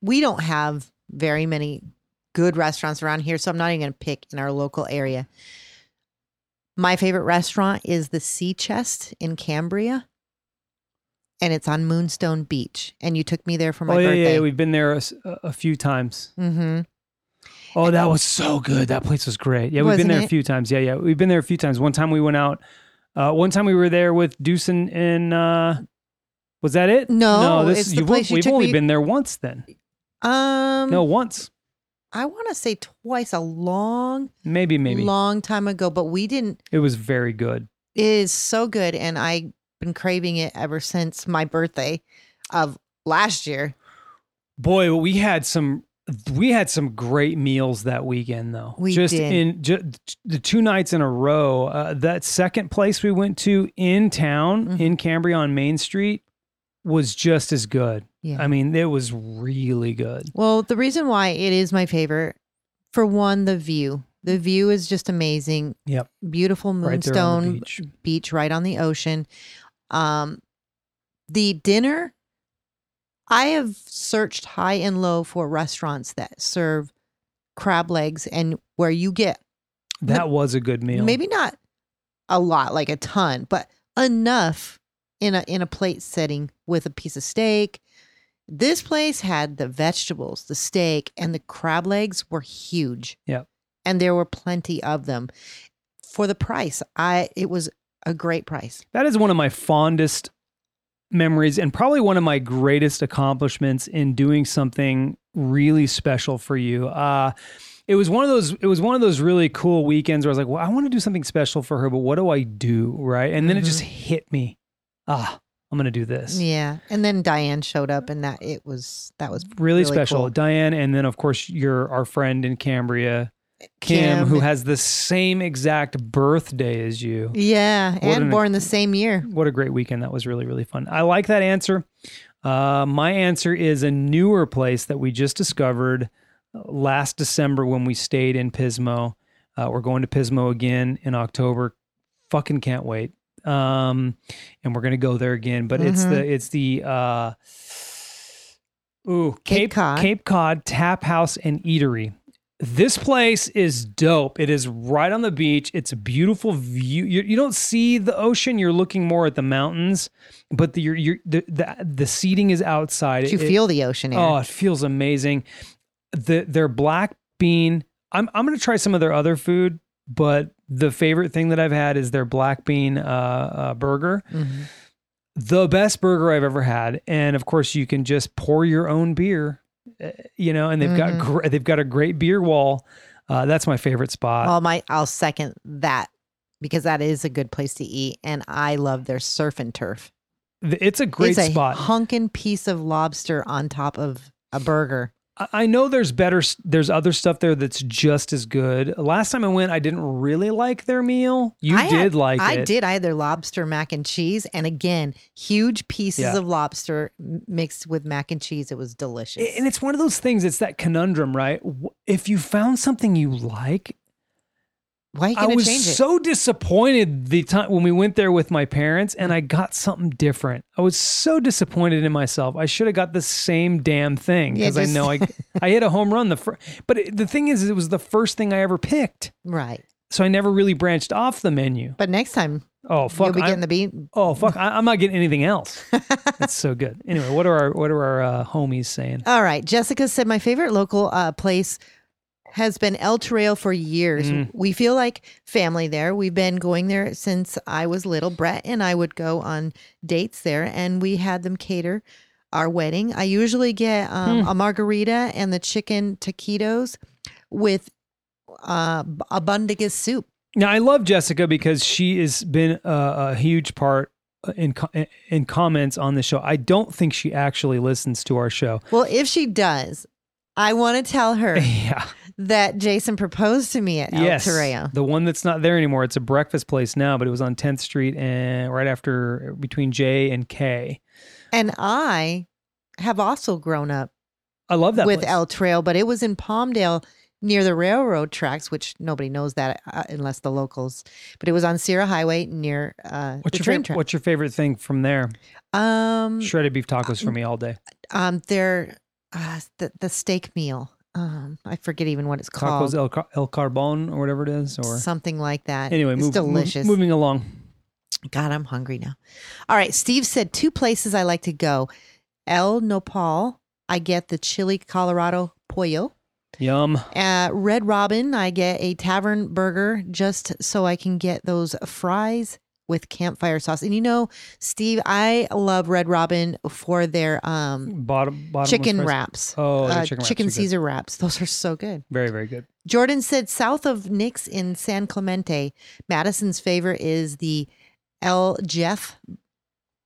[SPEAKER 3] we don't have very many good restaurants around here, so I'm not even going to pick in our local area. My favorite restaurant is the Sea Chest in Cambria, and it's on Moonstone Beach. And you took me there for my
[SPEAKER 2] oh yeah, yeah,
[SPEAKER 3] birthday.
[SPEAKER 2] yeah, we've been there a, s- a few times.
[SPEAKER 3] mm-hmm.
[SPEAKER 2] Oh, that was so good. That place was great. Yeah, we've been
[SPEAKER 3] Wasn't
[SPEAKER 2] there a
[SPEAKER 3] it?
[SPEAKER 2] few times. Yeah, yeah, we've been there a few times. One time we went out. Uh, one time we were there with Deuce and, and uh, was that it?
[SPEAKER 3] No,
[SPEAKER 2] no. This
[SPEAKER 3] it's the
[SPEAKER 2] you've,
[SPEAKER 3] place you
[SPEAKER 2] we've
[SPEAKER 3] took
[SPEAKER 2] only
[SPEAKER 3] me-
[SPEAKER 2] been there once. Then
[SPEAKER 3] Um,
[SPEAKER 2] no, once
[SPEAKER 3] I want to say twice a long,
[SPEAKER 2] maybe, maybe
[SPEAKER 3] long time ago, but we didn't.
[SPEAKER 2] it was very good.
[SPEAKER 3] It is so good, and I've been craving it ever since my birthday of last year.
[SPEAKER 2] Boy, we had some we had some great meals that weekend though.
[SPEAKER 3] We
[SPEAKER 2] just
[SPEAKER 3] did.
[SPEAKER 2] in ju- the two nights in a row. Uh, that second place we went to in town
[SPEAKER 3] Mhm.
[SPEAKER 2] in Cambria on Main Street was just as good.
[SPEAKER 3] Yeah.
[SPEAKER 2] I mean, it was really good.
[SPEAKER 3] Well, the reason why it is my favorite, for one, the view. The view is just amazing.
[SPEAKER 2] Yep.
[SPEAKER 3] Beautiful
[SPEAKER 2] Right there on the
[SPEAKER 3] moonstone
[SPEAKER 2] beach.
[SPEAKER 3] beach. right on the ocean. Um, the dinner, I have searched high and low for restaurants that serve crab legs and where you get
[SPEAKER 2] That was a good meal.
[SPEAKER 3] maybe not a lot, like a ton, but enough in a in a plate setting with a piece of steak. This place had the vegetables, the steak, and the crab legs were huge.
[SPEAKER 2] Yep.
[SPEAKER 3] And there were plenty of them. For the price, I it was a great price.
[SPEAKER 2] that is one of my fondest memories and probably one of my greatest accomplishments in doing something really special for you. Uh it was one of those it was one of those really cool weekends where I was like, "Well, I want to do something special for her, but what do I do?" right? And then it
[SPEAKER 3] Mhm.
[SPEAKER 2] just hit me. Ah, I'm going to do this.
[SPEAKER 3] Yeah. And then Diane showed up and that it was that was
[SPEAKER 2] Really,
[SPEAKER 3] Really
[SPEAKER 2] special.
[SPEAKER 3] cool.
[SPEAKER 2] Diane and then of course your our friend in Cambria, Kim,
[SPEAKER 3] Kim.
[SPEAKER 2] who has the same exact birthday as you.
[SPEAKER 3] Yeah.
[SPEAKER 2] an-
[SPEAKER 3] and born the same year.
[SPEAKER 2] what a great weekend that was really really fun i like that answer uh, my answer is a newer place that we just discovered uh, last december when we stayed in pismo uh, we're going to pismo again in october fucking can't wait um, and we're gonna go there again but it's
[SPEAKER 3] Mhm.
[SPEAKER 2] the it's the uh, ooh
[SPEAKER 3] Cape Cod.
[SPEAKER 2] cape cod tap house and eatery this place is dope. It is right on the beach. It's a beautiful view. You, you don't see the ocean. You're looking more at the mountains, but the, you're, you're, the, the, the seating is outside.
[SPEAKER 3] Did you
[SPEAKER 2] It-
[SPEAKER 3] feel the ocean air?
[SPEAKER 2] Oh, it feels amazing. The, their black bean. I'm, I'm going to try some of their other food, but the favorite thing that I've had is their black bean uh, uh, burger
[SPEAKER 3] Mhm.
[SPEAKER 2] the best burger I've ever had. And of course, you can just pour your own beer, uh, you know. And they've got
[SPEAKER 3] Mm-hmm.
[SPEAKER 2] gr- they've got a great beer wall. Uh, that's my favorite spot.
[SPEAKER 3] Well, my I'll second that because that is a good place to eat, and I love their surf and turf.
[SPEAKER 2] Th- it's a great
[SPEAKER 3] it's a
[SPEAKER 2] spot.
[SPEAKER 3] Hunkin' piece of lobster on top of a
[SPEAKER 2] I-
[SPEAKER 3] burger.
[SPEAKER 2] I know there's better. s- There's other stuff there that's just as good. Last time I went, I didn't really like their meal. You
[SPEAKER 3] I
[SPEAKER 2] did
[SPEAKER 3] had-
[SPEAKER 2] like
[SPEAKER 3] I
[SPEAKER 2] it.
[SPEAKER 3] did. I had their lobster mac and cheese, and again, huge pieces
[SPEAKER 2] Yeah.
[SPEAKER 3] of lobster m- mixed with mac and cheese. It was delicious.
[SPEAKER 2] And it's one of those things. It's that conundrum, right? W- If you found something you like,
[SPEAKER 3] Why are you
[SPEAKER 2] I
[SPEAKER 3] going to
[SPEAKER 2] was
[SPEAKER 3] change it?
[SPEAKER 2] so disappointed the time when we went there with my parents, and I got something different. I was so disappointed in myself. I should have got the same damn thing
[SPEAKER 3] Yeah,
[SPEAKER 2] because
[SPEAKER 3] just-
[SPEAKER 2] I know I I hit a home run the first. But it, the thing is, it was the first thing I ever picked,
[SPEAKER 3] right,
[SPEAKER 2] so I never really branched off the menu.
[SPEAKER 3] but next time
[SPEAKER 2] Oh
[SPEAKER 3] you'll
[SPEAKER 2] fuck!
[SPEAKER 3] be
[SPEAKER 2] I'm-
[SPEAKER 3] getting the bean.
[SPEAKER 2] Oh fuck! I, I'm not getting anything else. That's so good. Anyway, what are our what are our uh, homies saying?
[SPEAKER 3] All right, Jessica said my favorite local uh, place has been El Terreo for years. We feel like family there. We've been going there since I was little. Brett and I would go on dates there, and we had them cater our wedding. I usually get um, a margarita and the chicken taquitos with uh, b- a bundigas soup.
[SPEAKER 2] Now I love Jessica because she has been a, a huge part in co- in comments on the show. I don't think she actually listens to our show.
[SPEAKER 3] Well, if she does, I want to tell her
[SPEAKER 2] Yeah.
[SPEAKER 3] that Jason proposed to me at El
[SPEAKER 2] yes.
[SPEAKER 3] Terreo.
[SPEAKER 2] The one that's not there anymore. It's a breakfast place now, but it was on 10th Street and right after between J and K.
[SPEAKER 3] And I have also grown up
[SPEAKER 2] I love that
[SPEAKER 3] with
[SPEAKER 2] place.
[SPEAKER 3] El Trail, but it was in Palmdale near the railroad tracks, which nobody knows that uh, unless the locals. But it was on Sierra Highway near uh,
[SPEAKER 2] What's
[SPEAKER 3] the
[SPEAKER 2] your
[SPEAKER 3] train
[SPEAKER 2] favorite,
[SPEAKER 3] track.
[SPEAKER 2] What's your favorite thing from there?
[SPEAKER 3] um,
[SPEAKER 2] Shredded beef tacos for me all day.
[SPEAKER 3] um, their uh, the the steak meal. Um, I forget even what it's called.
[SPEAKER 2] Tacos el, Car- el carbon or whatever it is. Or
[SPEAKER 3] Something like that.
[SPEAKER 2] anyway,
[SPEAKER 3] it's
[SPEAKER 2] move, move-
[SPEAKER 3] delicious.
[SPEAKER 2] moving along.
[SPEAKER 3] God, I'm hungry now. All right, Steve said two places I like to go: El Nopal. I get the chili Colorado pollo.
[SPEAKER 2] Yum.
[SPEAKER 3] At Red Robin, I get a tavern burger just so I can get those fries with campfire sauce. And you know, Steve, I love Red Robin for their um,
[SPEAKER 2] Bottom bottom
[SPEAKER 3] chicken wraps.
[SPEAKER 2] Oh, their
[SPEAKER 3] Uh,
[SPEAKER 2] chicken wraps are good.
[SPEAKER 3] Caesar wraps. Those are so good.
[SPEAKER 2] Very very good.
[SPEAKER 3] Jordan said south of Nick's in San Clemente, Madison's favorite is the El Jeff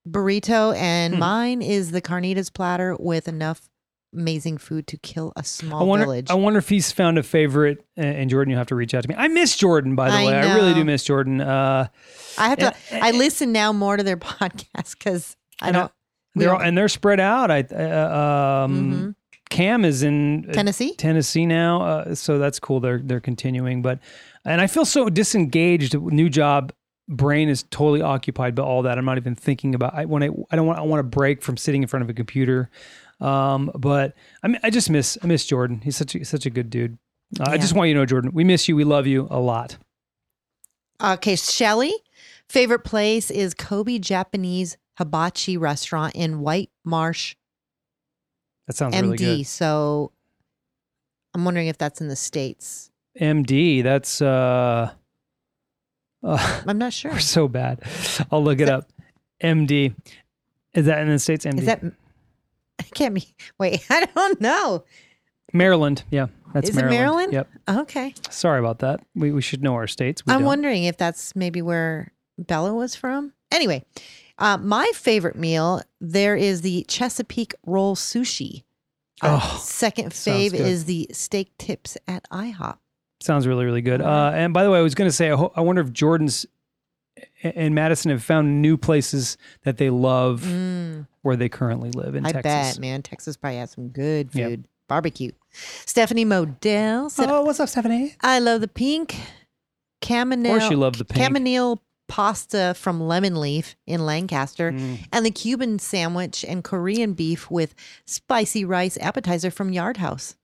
[SPEAKER 3] burrito, and
[SPEAKER 2] Hmm.
[SPEAKER 3] mine is the carnitas platter with enough amazing food to kill a small
[SPEAKER 2] I wonder.
[SPEAKER 3] village.
[SPEAKER 2] I wonder if he's found a favorite. uh, And Jordan, you have to reach out to me. I miss Jordan, by the
[SPEAKER 3] I
[SPEAKER 2] way. I really do
[SPEAKER 3] know.
[SPEAKER 2] miss Jordan. Uh,
[SPEAKER 3] I have to.
[SPEAKER 2] And-
[SPEAKER 3] I listen now more to their podcast because I
[SPEAKER 2] And I-
[SPEAKER 3] don't. we
[SPEAKER 2] they're all,
[SPEAKER 3] don't-
[SPEAKER 2] and they're spread out. I uh, um, Cam is in uh,
[SPEAKER 3] Tennessee.
[SPEAKER 2] Tennessee now, uh, so that's cool. They're they're continuing, but and I feel so disengaged. New job, brain is totally occupied by all that. I'm not even thinking about. I when I I don't want I want a break from sitting in front of a computer. Um, but I mean, I just miss I miss Jordan. He's such a, such a good dude. Uh, I
[SPEAKER 3] Yeah.
[SPEAKER 2] just want you to know, Jordan, we miss you. We love you a lot.
[SPEAKER 3] Okay, Shelly. Favorite place is Kobe Japanese Hibachi Restaurant in White Marsh,
[SPEAKER 2] That sounds
[SPEAKER 3] MD.
[SPEAKER 2] really good.
[SPEAKER 3] So I'm wondering if that's in the states.
[SPEAKER 2] MD, that's uh, uh
[SPEAKER 3] I'm not sure.
[SPEAKER 2] We're so bad. I'll look it up. MD. Is that in the States? MD.
[SPEAKER 3] Is that? It can't be. Wait, I don't know.
[SPEAKER 2] Maryland. Yeah. That's
[SPEAKER 3] Is it
[SPEAKER 2] Maryland.
[SPEAKER 3] Maryland?
[SPEAKER 2] Yep.
[SPEAKER 3] Okay,
[SPEAKER 2] Sorry about that. We, we should know our states. We
[SPEAKER 3] I'm
[SPEAKER 2] don't.
[SPEAKER 3] wondering if that's maybe where Bella was from. Anyway, uh, my favorite meal there is the Chesapeake roll sushi. Uh,
[SPEAKER 2] Oh,
[SPEAKER 3] second
[SPEAKER 2] sounds
[SPEAKER 3] fave
[SPEAKER 2] good.
[SPEAKER 3] is the steak tips at IHOP.
[SPEAKER 2] Sounds really, really good. Uh, and by the way, I was going to say, I, ho- I wonder if Jordan's a- and Madison have found new places that they love
[SPEAKER 3] Mm,
[SPEAKER 2] where they currently live in
[SPEAKER 3] I
[SPEAKER 2] Texas.
[SPEAKER 3] bet, man. Texas probably has some good
[SPEAKER 2] Yep.
[SPEAKER 3] food. Barbecue. Stephanie Modell said,
[SPEAKER 2] Oh, what's up, Stephanie?
[SPEAKER 3] I love the pink chamomile,
[SPEAKER 2] Of course, you love the pink.
[SPEAKER 3] chamomile pasta from Lemon Leaf in Lancaster
[SPEAKER 2] Mm.
[SPEAKER 3] and the Cuban sandwich and Korean beef with spicy rice appetizer from Yard House.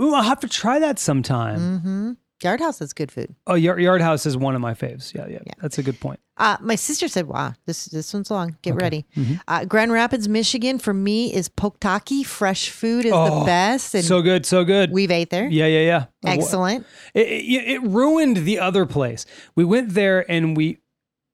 [SPEAKER 2] Ooh, I'll have to try that sometime.
[SPEAKER 3] hmm Yard House is good food.
[SPEAKER 2] Oh, Yard, Yard House is one of my faves. Yeah, yeah,
[SPEAKER 3] Yeah.
[SPEAKER 2] That's a good point.
[SPEAKER 3] Uh, my sister said, "Wow, this this one's long. Get
[SPEAKER 2] Okay.
[SPEAKER 3] ready."
[SPEAKER 2] Mhm.
[SPEAKER 3] Uh, Grand Rapids, Michigan, for me is Poktaki. Fresh food is the
[SPEAKER 2] Oh,
[SPEAKER 3] best, and
[SPEAKER 2] So good, so good.
[SPEAKER 3] we've ate there.
[SPEAKER 2] yeah, yeah, yeah. Wha-
[SPEAKER 3] Excellent.
[SPEAKER 2] It, it, it ruined the other place. We went there and we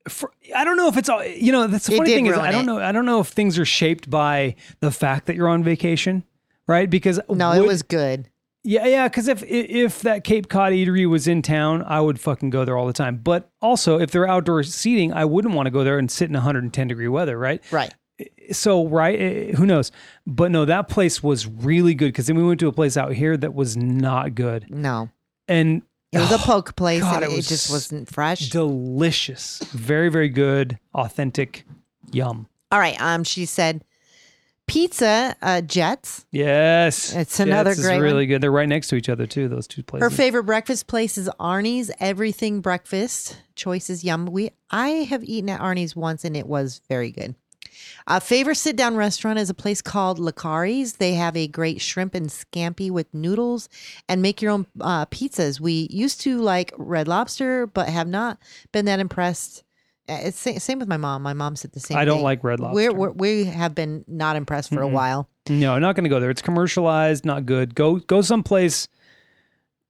[SPEAKER 2] for, I don't know if it's all you know. That's the
[SPEAKER 3] It
[SPEAKER 2] funny
[SPEAKER 3] did
[SPEAKER 2] thing is
[SPEAKER 3] ruin
[SPEAKER 2] I don't
[SPEAKER 3] it.
[SPEAKER 2] know. I don't know if things are shaped by the fact that you're on vacation, right? Because
[SPEAKER 3] No, it
[SPEAKER 2] would-
[SPEAKER 3] was good.
[SPEAKER 2] yeah, yeah. Because if i- if that Cape Cod eatery was in town, I would fucking go there all the time. But also, if they're outdoor seating, I wouldn't want to go there and sit in 110 degree weather, right?
[SPEAKER 3] Right.
[SPEAKER 2] so right eh, who knows but no that place was really good because then we went to a place out here that was not good
[SPEAKER 3] No.
[SPEAKER 2] and
[SPEAKER 3] It was a poke place
[SPEAKER 2] Oh, God,
[SPEAKER 3] and
[SPEAKER 2] it
[SPEAKER 3] it,
[SPEAKER 2] was
[SPEAKER 3] just wasn't fresh.
[SPEAKER 2] delicious very very good authentic yum
[SPEAKER 3] All right. Um, she said pizza uh, jets.
[SPEAKER 2] yes
[SPEAKER 3] It's another
[SPEAKER 2] Jets is
[SPEAKER 3] great
[SPEAKER 2] really good they're right next to each other too those two places
[SPEAKER 3] Her favorite breakfast place is Arnie's Everything Breakfast. Choice is yum. We I have eaten at Arnie's once and it was very good. A favorite sit down restaurant is a place called Lacari's. They have a great shrimp and scampi with noodles and make your own uh, pizzas. We used to like Red Lobster, but have not been that impressed. Uh, It's sa- same with my mom. My mom said the same.
[SPEAKER 2] i don't
[SPEAKER 3] thing.
[SPEAKER 2] like red lobster
[SPEAKER 3] We're, we're, we have been not impressed for a while.
[SPEAKER 2] no not gonna go there it's commercialized not good go go someplace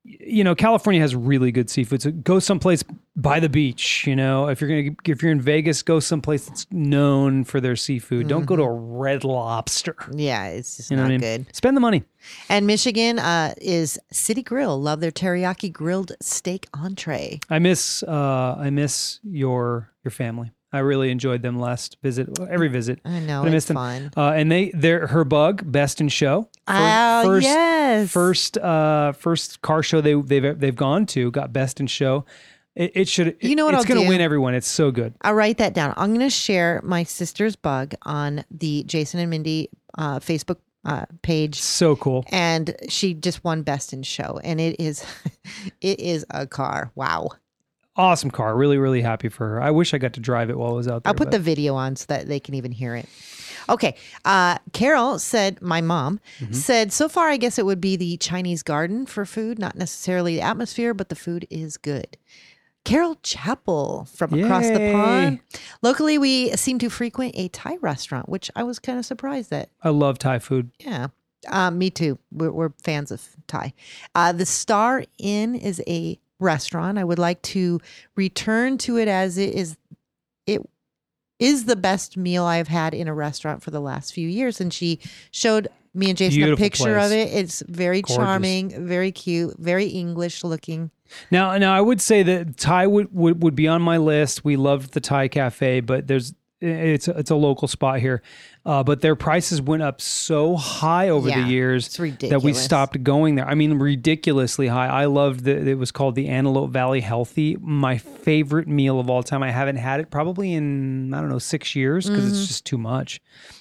[SPEAKER 2] you know california has really good seafood so go someplace by the beach you know if you're gonna if you're in vegas go someplace that's known for their seafood don't go to a red lobster
[SPEAKER 3] Yeah, it's just
[SPEAKER 2] you know
[SPEAKER 3] Mm-hmm. not
[SPEAKER 2] what i mean
[SPEAKER 3] good.
[SPEAKER 2] spend the money
[SPEAKER 3] And Michigan uh, is City Grill. Love their teriyaki grilled steak entree.
[SPEAKER 2] i miss uh i miss your your family i really enjoyed them last visit every visit
[SPEAKER 3] I know
[SPEAKER 2] But I
[SPEAKER 3] it's
[SPEAKER 2] miss them.
[SPEAKER 3] fun.
[SPEAKER 2] uh, and they their her bug best in show Fir-
[SPEAKER 3] Oh yes,
[SPEAKER 2] first uh first car show they they've they've gone to got best in show it, it should it-
[SPEAKER 3] You know what
[SPEAKER 2] it's
[SPEAKER 3] I'll
[SPEAKER 2] gonna
[SPEAKER 3] do?
[SPEAKER 2] win everyone it's so good
[SPEAKER 3] I'll write that down. I'm going to share my sister's bug on the Jason and Mindy uh, Facebook uh, page.
[SPEAKER 2] so cool
[SPEAKER 3] and she just won best in show and it is it is a car wow
[SPEAKER 2] awesome car really really happy for her i wish i got to drive it while i was out there
[SPEAKER 3] i'll put the video on so that they can even hear it okay uh carol said my mom
[SPEAKER 2] Mm-hmm.
[SPEAKER 3] said so far i guess it would be the chinese garden for food not necessarily the atmosphere but the food is good Carol Chapel from across the
[SPEAKER 2] Yay.
[SPEAKER 3] pond. Locally, we seem to frequent a Thai restaurant, which I was kind of surprised that
[SPEAKER 2] i love thai food
[SPEAKER 3] Yeah. Uh, me too. We're, we're fans of Thai. Uh, the Star Inn is a restaurant. I would like to return to it as it is. It is the best meal I've had in a restaurant for the last few years. And she showed me and Jason a
[SPEAKER 2] Beautiful
[SPEAKER 3] picture of
[SPEAKER 2] place.
[SPEAKER 3] it. It's very
[SPEAKER 2] Gorgeous.
[SPEAKER 3] charming, very cute, very English looking.
[SPEAKER 2] now now i would say that thai would, would would be on my list we loved the thai cafe but there's it's it's a local spot here uh but their prices went up so high over
[SPEAKER 3] Yeah,
[SPEAKER 2] the years
[SPEAKER 3] It's
[SPEAKER 2] that
[SPEAKER 3] ridiculous.
[SPEAKER 2] we stopped going there. I mean, ridiculously high. I loved that it was called the Antelope Valley Healthy. My favorite meal of all time. I haven't had it probably in I don't know six years because
[SPEAKER 3] Mm.
[SPEAKER 2] it's just too much.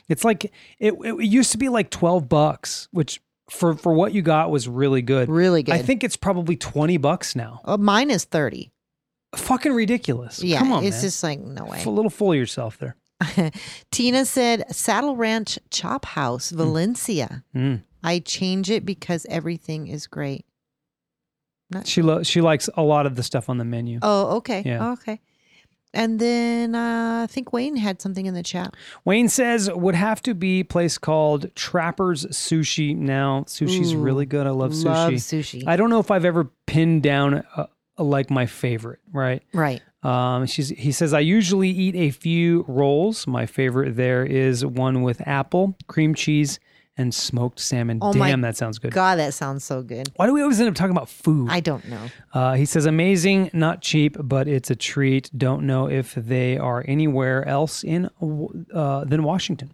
[SPEAKER 2] It's like it, it used to be like twelve bucks, which for for what you got was really good.
[SPEAKER 3] Really good.
[SPEAKER 2] I think it's probably twenty bucks now.
[SPEAKER 3] Oh, mine is 30.
[SPEAKER 2] Fucking ridiculous.
[SPEAKER 3] Yeah.
[SPEAKER 2] Come on,
[SPEAKER 3] it's
[SPEAKER 2] man.
[SPEAKER 3] just like, no way.
[SPEAKER 2] F- a little fool yourself there.
[SPEAKER 3] Tina said Saddle Ranch Chop House,
[SPEAKER 2] Hmm.
[SPEAKER 3] Valencia.
[SPEAKER 2] Mm.
[SPEAKER 3] I change it because everything is great.
[SPEAKER 2] She lo- she likes a lot of the stuff on the menu.
[SPEAKER 3] Oh, okay.
[SPEAKER 2] Yeah.
[SPEAKER 3] okay. And then uh, I think Wayne had something in the chat.
[SPEAKER 2] Wayne says would have to be a place called Trapper's Sushi. Now sushi's
[SPEAKER 3] Ooh,
[SPEAKER 2] really good. I love sushi.
[SPEAKER 3] sushi.
[SPEAKER 2] I don't know if I've ever pinned down uh, like my favorite. Right?
[SPEAKER 3] right.
[SPEAKER 2] Um, she's he says I usually eat a few rolls. My favorite there is one with apple, cream cheese, and smoked salmon.
[SPEAKER 3] Oh my
[SPEAKER 2] Damn, that sounds good.
[SPEAKER 3] God, that sounds so good.
[SPEAKER 2] Why do we always end up talking about food?
[SPEAKER 3] I don't know.
[SPEAKER 2] Uh, he says, amazing, not cheap, but it's a treat. Don't know if they are anywhere else in uh, than Washington.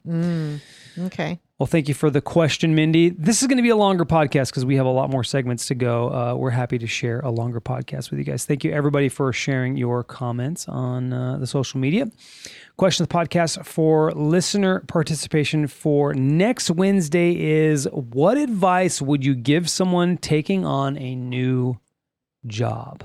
[SPEAKER 3] Okay.
[SPEAKER 2] Well, thank you for the question, Mindy. This is going to be a longer podcast because we have a lot more segments to go. Uh, we're happy to share a longer podcast with you guys. Thank you, everybody, for sharing your comments on uh, the social media. Question of the podcast for listener participation for next Wednesday is what advice would you give someone taking on a new job?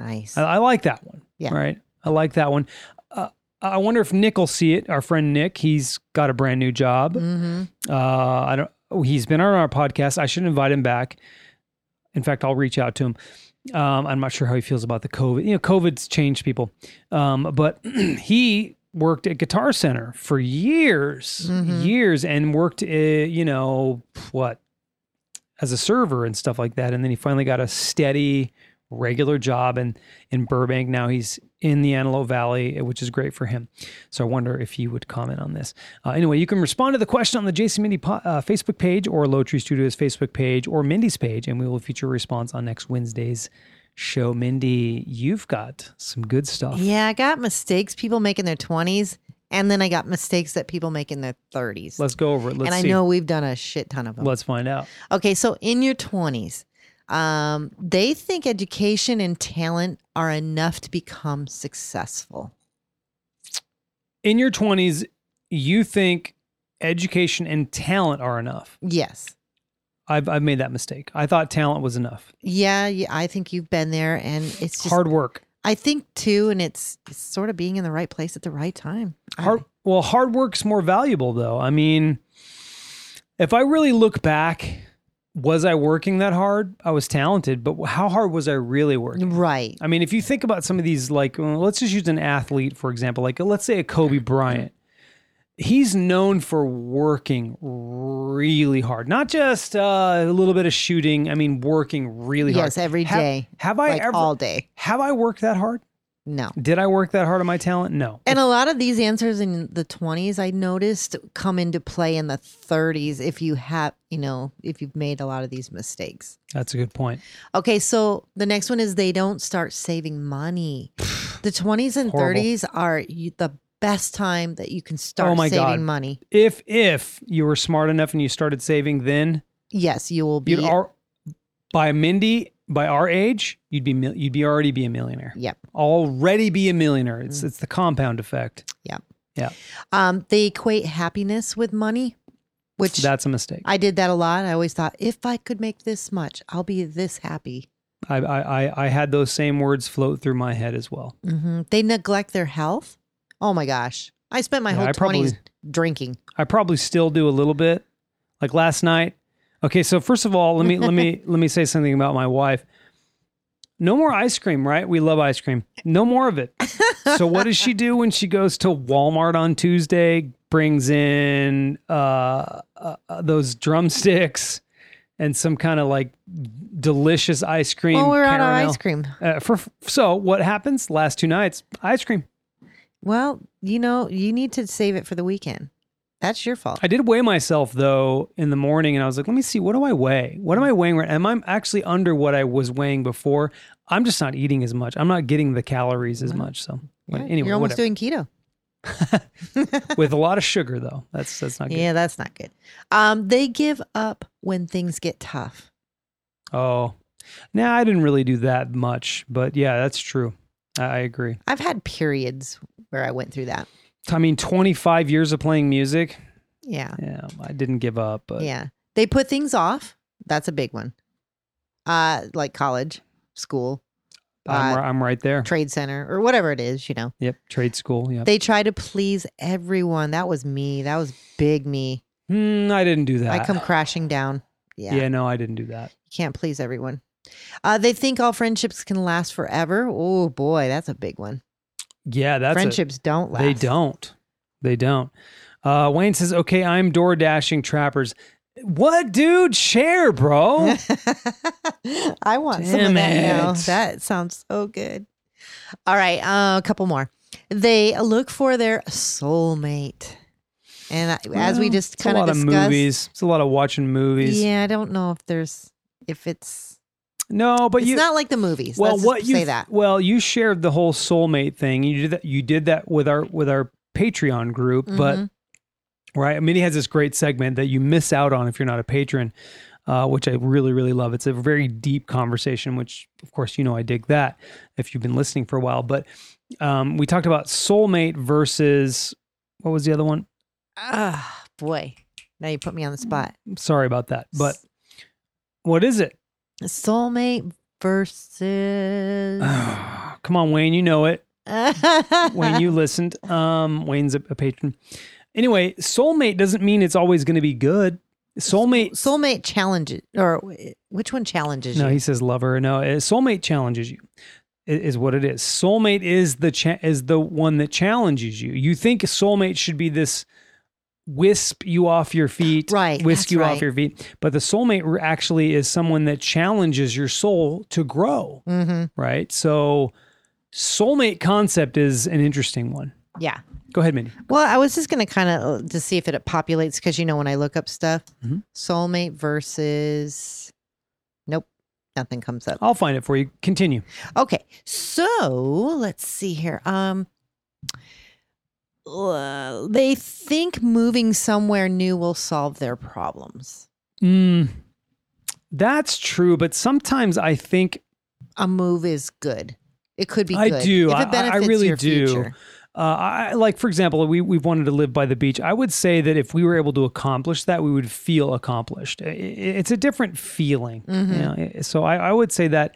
[SPEAKER 3] Nice.
[SPEAKER 2] I, I like that one.
[SPEAKER 3] Yeah.
[SPEAKER 2] Right. I like that one. Uh, I wonder if Nick will see it. Our friend Nick, he's got a brand new job.
[SPEAKER 3] mm-hmm.
[SPEAKER 2] Uh, I don't. oh, He's been on our podcast. I should invite him back. In fact, I'll reach out to him. Um, I'm not sure how he feels about the COVID. You know, COVID's changed people. Um, but he worked at Guitar Center for years,
[SPEAKER 3] Mhm.
[SPEAKER 2] years, and worked, uh, you know, what as a server and stuff like that. And then he finally got a steady regular job in in Burbank. Now he's in the Antelope Valley, eh, which is great for him. So I wonder if you would comment on this. Uh, anyway, you can respond to the question on the Jason Mindy po- uh, Facebook page or Low Tree Studios Facebook page or Mindy's page, and we will feature a response on next Wednesday's show. Mindy, you've got some good stuff.
[SPEAKER 3] Yeah, I got mistakes people make in their 20s, and then I got mistakes that people make in their 30s.
[SPEAKER 2] Let's go over it. Let's
[SPEAKER 3] and I
[SPEAKER 2] see.
[SPEAKER 3] know we've done a shit ton of them.
[SPEAKER 2] Let's find out.
[SPEAKER 3] Okay, so in your 20s, um, they think education and talent are enough to become successful.
[SPEAKER 2] In your 20s, you think education and talent are enough.
[SPEAKER 3] Yes.
[SPEAKER 2] I've, I've made that mistake. I thought talent was enough.
[SPEAKER 3] Yeah, yeah, I think you've been there, and it's just,
[SPEAKER 2] hard work.
[SPEAKER 3] I think too, and it's, it's sort of being in the right place at the right time. I-
[SPEAKER 2] Hard, well, hard work's more valuable though. I mean, if I really look back, was I working that hard? I was talented, but how hard was I really working?
[SPEAKER 3] right.
[SPEAKER 2] I mean, if you think about some of these, like well, let's just use an athlete for example, like let's say a Kobe Bryant. He's known for working really hard, not just uh, a little bit of shooting. I mean, working really hard.
[SPEAKER 3] Yes, every
[SPEAKER 2] Have-
[SPEAKER 3] day,
[SPEAKER 2] Have, I
[SPEAKER 3] like
[SPEAKER 2] ever?
[SPEAKER 3] all day.
[SPEAKER 2] Have I worked that hard?
[SPEAKER 3] No.
[SPEAKER 2] Did I work that hard on my talent? No.
[SPEAKER 3] And a lot of these answers in the 20s, I noticed, come into play in the 30s if you have, you know, if you've made a lot of these mistakes.
[SPEAKER 2] That's a good point.
[SPEAKER 3] Okay, so the next one is they don't start saving money. the 20s and
[SPEAKER 2] Horrible.
[SPEAKER 3] 30s are you, the best time that you can start
[SPEAKER 2] Oh my
[SPEAKER 3] saving
[SPEAKER 2] God.
[SPEAKER 3] money.
[SPEAKER 2] if if you were smart enough and you started saving then
[SPEAKER 3] Yes, you will be.
[SPEAKER 2] you'd are by Mindy by our age you'd be mil- you'd be already be a millionaire
[SPEAKER 3] yep.
[SPEAKER 2] already be a millionaire it's
[SPEAKER 3] Mm.
[SPEAKER 2] it's the compound effect
[SPEAKER 3] Um, they equate happiness with money, which
[SPEAKER 2] that's a mistake
[SPEAKER 3] I did that a lot. I always thought, if I could make this much, I'll be this happy.
[SPEAKER 2] I, I I I had those same words float through my head as well
[SPEAKER 3] hmm They neglect their health. Oh my gosh. I spent my
[SPEAKER 2] Yeah,
[SPEAKER 3] whole
[SPEAKER 2] I probably-
[SPEAKER 3] 20s drinking.
[SPEAKER 2] I probably still do a little bit like last night okay so first of all let me let me let me say something about my wife no more ice cream right we love ice cream no more of it so what does she do when she goes to Walmart on Tuesday? Brings in uh, uh, uh, those drumsticks and some kind of like delicious ice cream.
[SPEAKER 3] Well, Oh, we're out of
[SPEAKER 2] caramel.
[SPEAKER 3] ice cream.
[SPEAKER 2] Uh, for so what happens last two nights? Ice cream.
[SPEAKER 3] Well, you know, you need to save it for the weekend. That's your fault.
[SPEAKER 2] I did weigh myself though in the morning, and I was like, let me see, what do I weigh? What am I weighing? Right? Am I actually under what I was weighing before? I'm just not eating as much. I'm not getting the calories as much. So, but
[SPEAKER 3] Yeah,
[SPEAKER 2] anyway,
[SPEAKER 3] you're almost
[SPEAKER 2] whatever.
[SPEAKER 3] doing keto.
[SPEAKER 2] with a lot of sugar though. That's that's not good.
[SPEAKER 3] Yeah, that's not good. Um, they give up when things get tough.
[SPEAKER 2] Oh, now I didn't really do that much, but yeah, that's true. I, I agree.
[SPEAKER 3] I've had periods where I went through that.
[SPEAKER 2] I mean, 25 years of playing music.
[SPEAKER 3] Yeah.
[SPEAKER 2] Yeah, I didn't give up, but
[SPEAKER 3] Yeah. They put things off. That's a big one. Uh, like college, school,
[SPEAKER 2] I'm,
[SPEAKER 3] Uh,
[SPEAKER 2] ri- I'm right there.
[SPEAKER 3] trade center, or whatever it is, you know.
[SPEAKER 2] yep, trade school. Yep.
[SPEAKER 3] They try to please everyone. That was me. That was big me.
[SPEAKER 2] Hmm, I didn't do that.
[SPEAKER 3] I come crashing down. Yeah.
[SPEAKER 2] yeah. no, I didn't do that.
[SPEAKER 3] You can't please everyone. Uh, they think all friendships can last forever. Oh boy, that's a big one.
[SPEAKER 2] Yeah, that's a-
[SPEAKER 3] friendships don't last.
[SPEAKER 2] They don't. They don't. Uh, Wayne says, "Okay, I'm door dashing trappers." What, dude? Share, bro.
[SPEAKER 3] I want some of
[SPEAKER 2] Damn
[SPEAKER 3] that now.
[SPEAKER 2] it.
[SPEAKER 3] That sounds so good. All right, uh, a couple more. They look for their soulmate, and I as we
[SPEAKER 2] Well,
[SPEAKER 3] just
[SPEAKER 2] it's a
[SPEAKER 3] kind of
[SPEAKER 2] lot
[SPEAKER 3] discussed,
[SPEAKER 2] of movies. It's a lot of watching movies.
[SPEAKER 3] yeah, I don't know if there's if it's
[SPEAKER 2] No, but
[SPEAKER 3] it's
[SPEAKER 2] you
[SPEAKER 3] not like the movies.
[SPEAKER 2] well,
[SPEAKER 3] Let's just
[SPEAKER 2] what you
[SPEAKER 3] say
[SPEAKER 2] f-
[SPEAKER 3] that?
[SPEAKER 2] Well, you shared the whole soulmate thing. You did that. You did that with our with our Patreon group,
[SPEAKER 3] Mhm.
[SPEAKER 2] but right, Minnie has this great segment that you miss out on if you're not a patron, uh, which I really really love. It's a very deep conversation, which of course you know I dig that if you've been listening for a while. But um, we talked about soulmate versus what was the other one?
[SPEAKER 3] Ah, boy, now you put me on the spot.
[SPEAKER 2] Sorry about that, but what is it?
[SPEAKER 3] soulmate versus
[SPEAKER 2] Come on, Wayne, you know it. Ah. when
[SPEAKER 3] when
[SPEAKER 2] you listened. Um, Wayne's a, a patron. Anyway, soulmate doesn't mean it's always going to be good. Soulmate.
[SPEAKER 3] soulmate challenges or which one challenges
[SPEAKER 2] no,
[SPEAKER 3] you?
[SPEAKER 2] he says lover. No, uh, soulmate challenges you. i- Is what it is. Soulmate is the cha- is the one that challenges you. You think soulmate should be this wisp you off your feet,
[SPEAKER 3] Right,
[SPEAKER 2] whisk
[SPEAKER 3] that's
[SPEAKER 2] you off
[SPEAKER 3] right.
[SPEAKER 2] your feet. But the soulmate r- actually is someone that challenges your soul to grow,
[SPEAKER 3] Mm-hmm.
[SPEAKER 2] right? So, soulmate concept is an interesting one.
[SPEAKER 3] Yeah.
[SPEAKER 2] Go ahead, Mindy.
[SPEAKER 3] Well, I was just going to kind of to see if it populates because you know when I look up stuff,
[SPEAKER 2] Mhm.
[SPEAKER 3] soulmate versus. Nope, nothing comes up.
[SPEAKER 2] I'll find it for you. Continue.
[SPEAKER 3] Okay, so let's see here. Um, uh, they think moving somewhere new will solve their problems.
[SPEAKER 2] Mm, that's true, but sometimes I think
[SPEAKER 3] A move is good. It could be.
[SPEAKER 2] I
[SPEAKER 3] good
[SPEAKER 2] do.
[SPEAKER 3] If
[SPEAKER 2] I- I- I
[SPEAKER 3] it benefits
[SPEAKER 2] really
[SPEAKER 3] your
[SPEAKER 2] do.
[SPEAKER 3] Future.
[SPEAKER 2] Uh, I, like, for example, we, we've wanted to live by the beach. I would say that if we were able to accomplish that, we would feel accomplished. I- I it's a different feeling.
[SPEAKER 3] Mm-hmm.
[SPEAKER 2] you know? So I, I would say that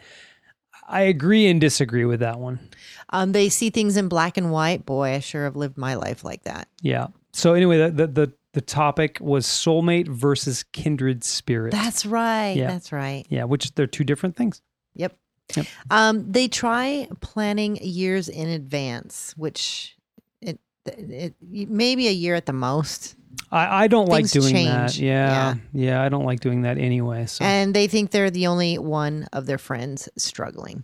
[SPEAKER 2] I agree and disagree with that one.
[SPEAKER 3] Um, they see things in black and white. Boy, I sure have lived my life like that.
[SPEAKER 2] Yeah. So anyway, the, the, the, the topic was soulmate versus kindred spirit.
[SPEAKER 3] That's right.
[SPEAKER 2] Yeah.
[SPEAKER 3] That's right.
[SPEAKER 2] yeah, which they're two different things.
[SPEAKER 3] Yep.
[SPEAKER 2] Yep.
[SPEAKER 3] Um, they try planning years in advance, which it, it, maybe a year at the most.
[SPEAKER 2] I, I don't like
[SPEAKER 3] Things
[SPEAKER 2] doing that.
[SPEAKER 3] change.
[SPEAKER 2] Yeah, yeah. I don't like doing that anyway. So
[SPEAKER 3] And they think they're the only one of their friends struggling.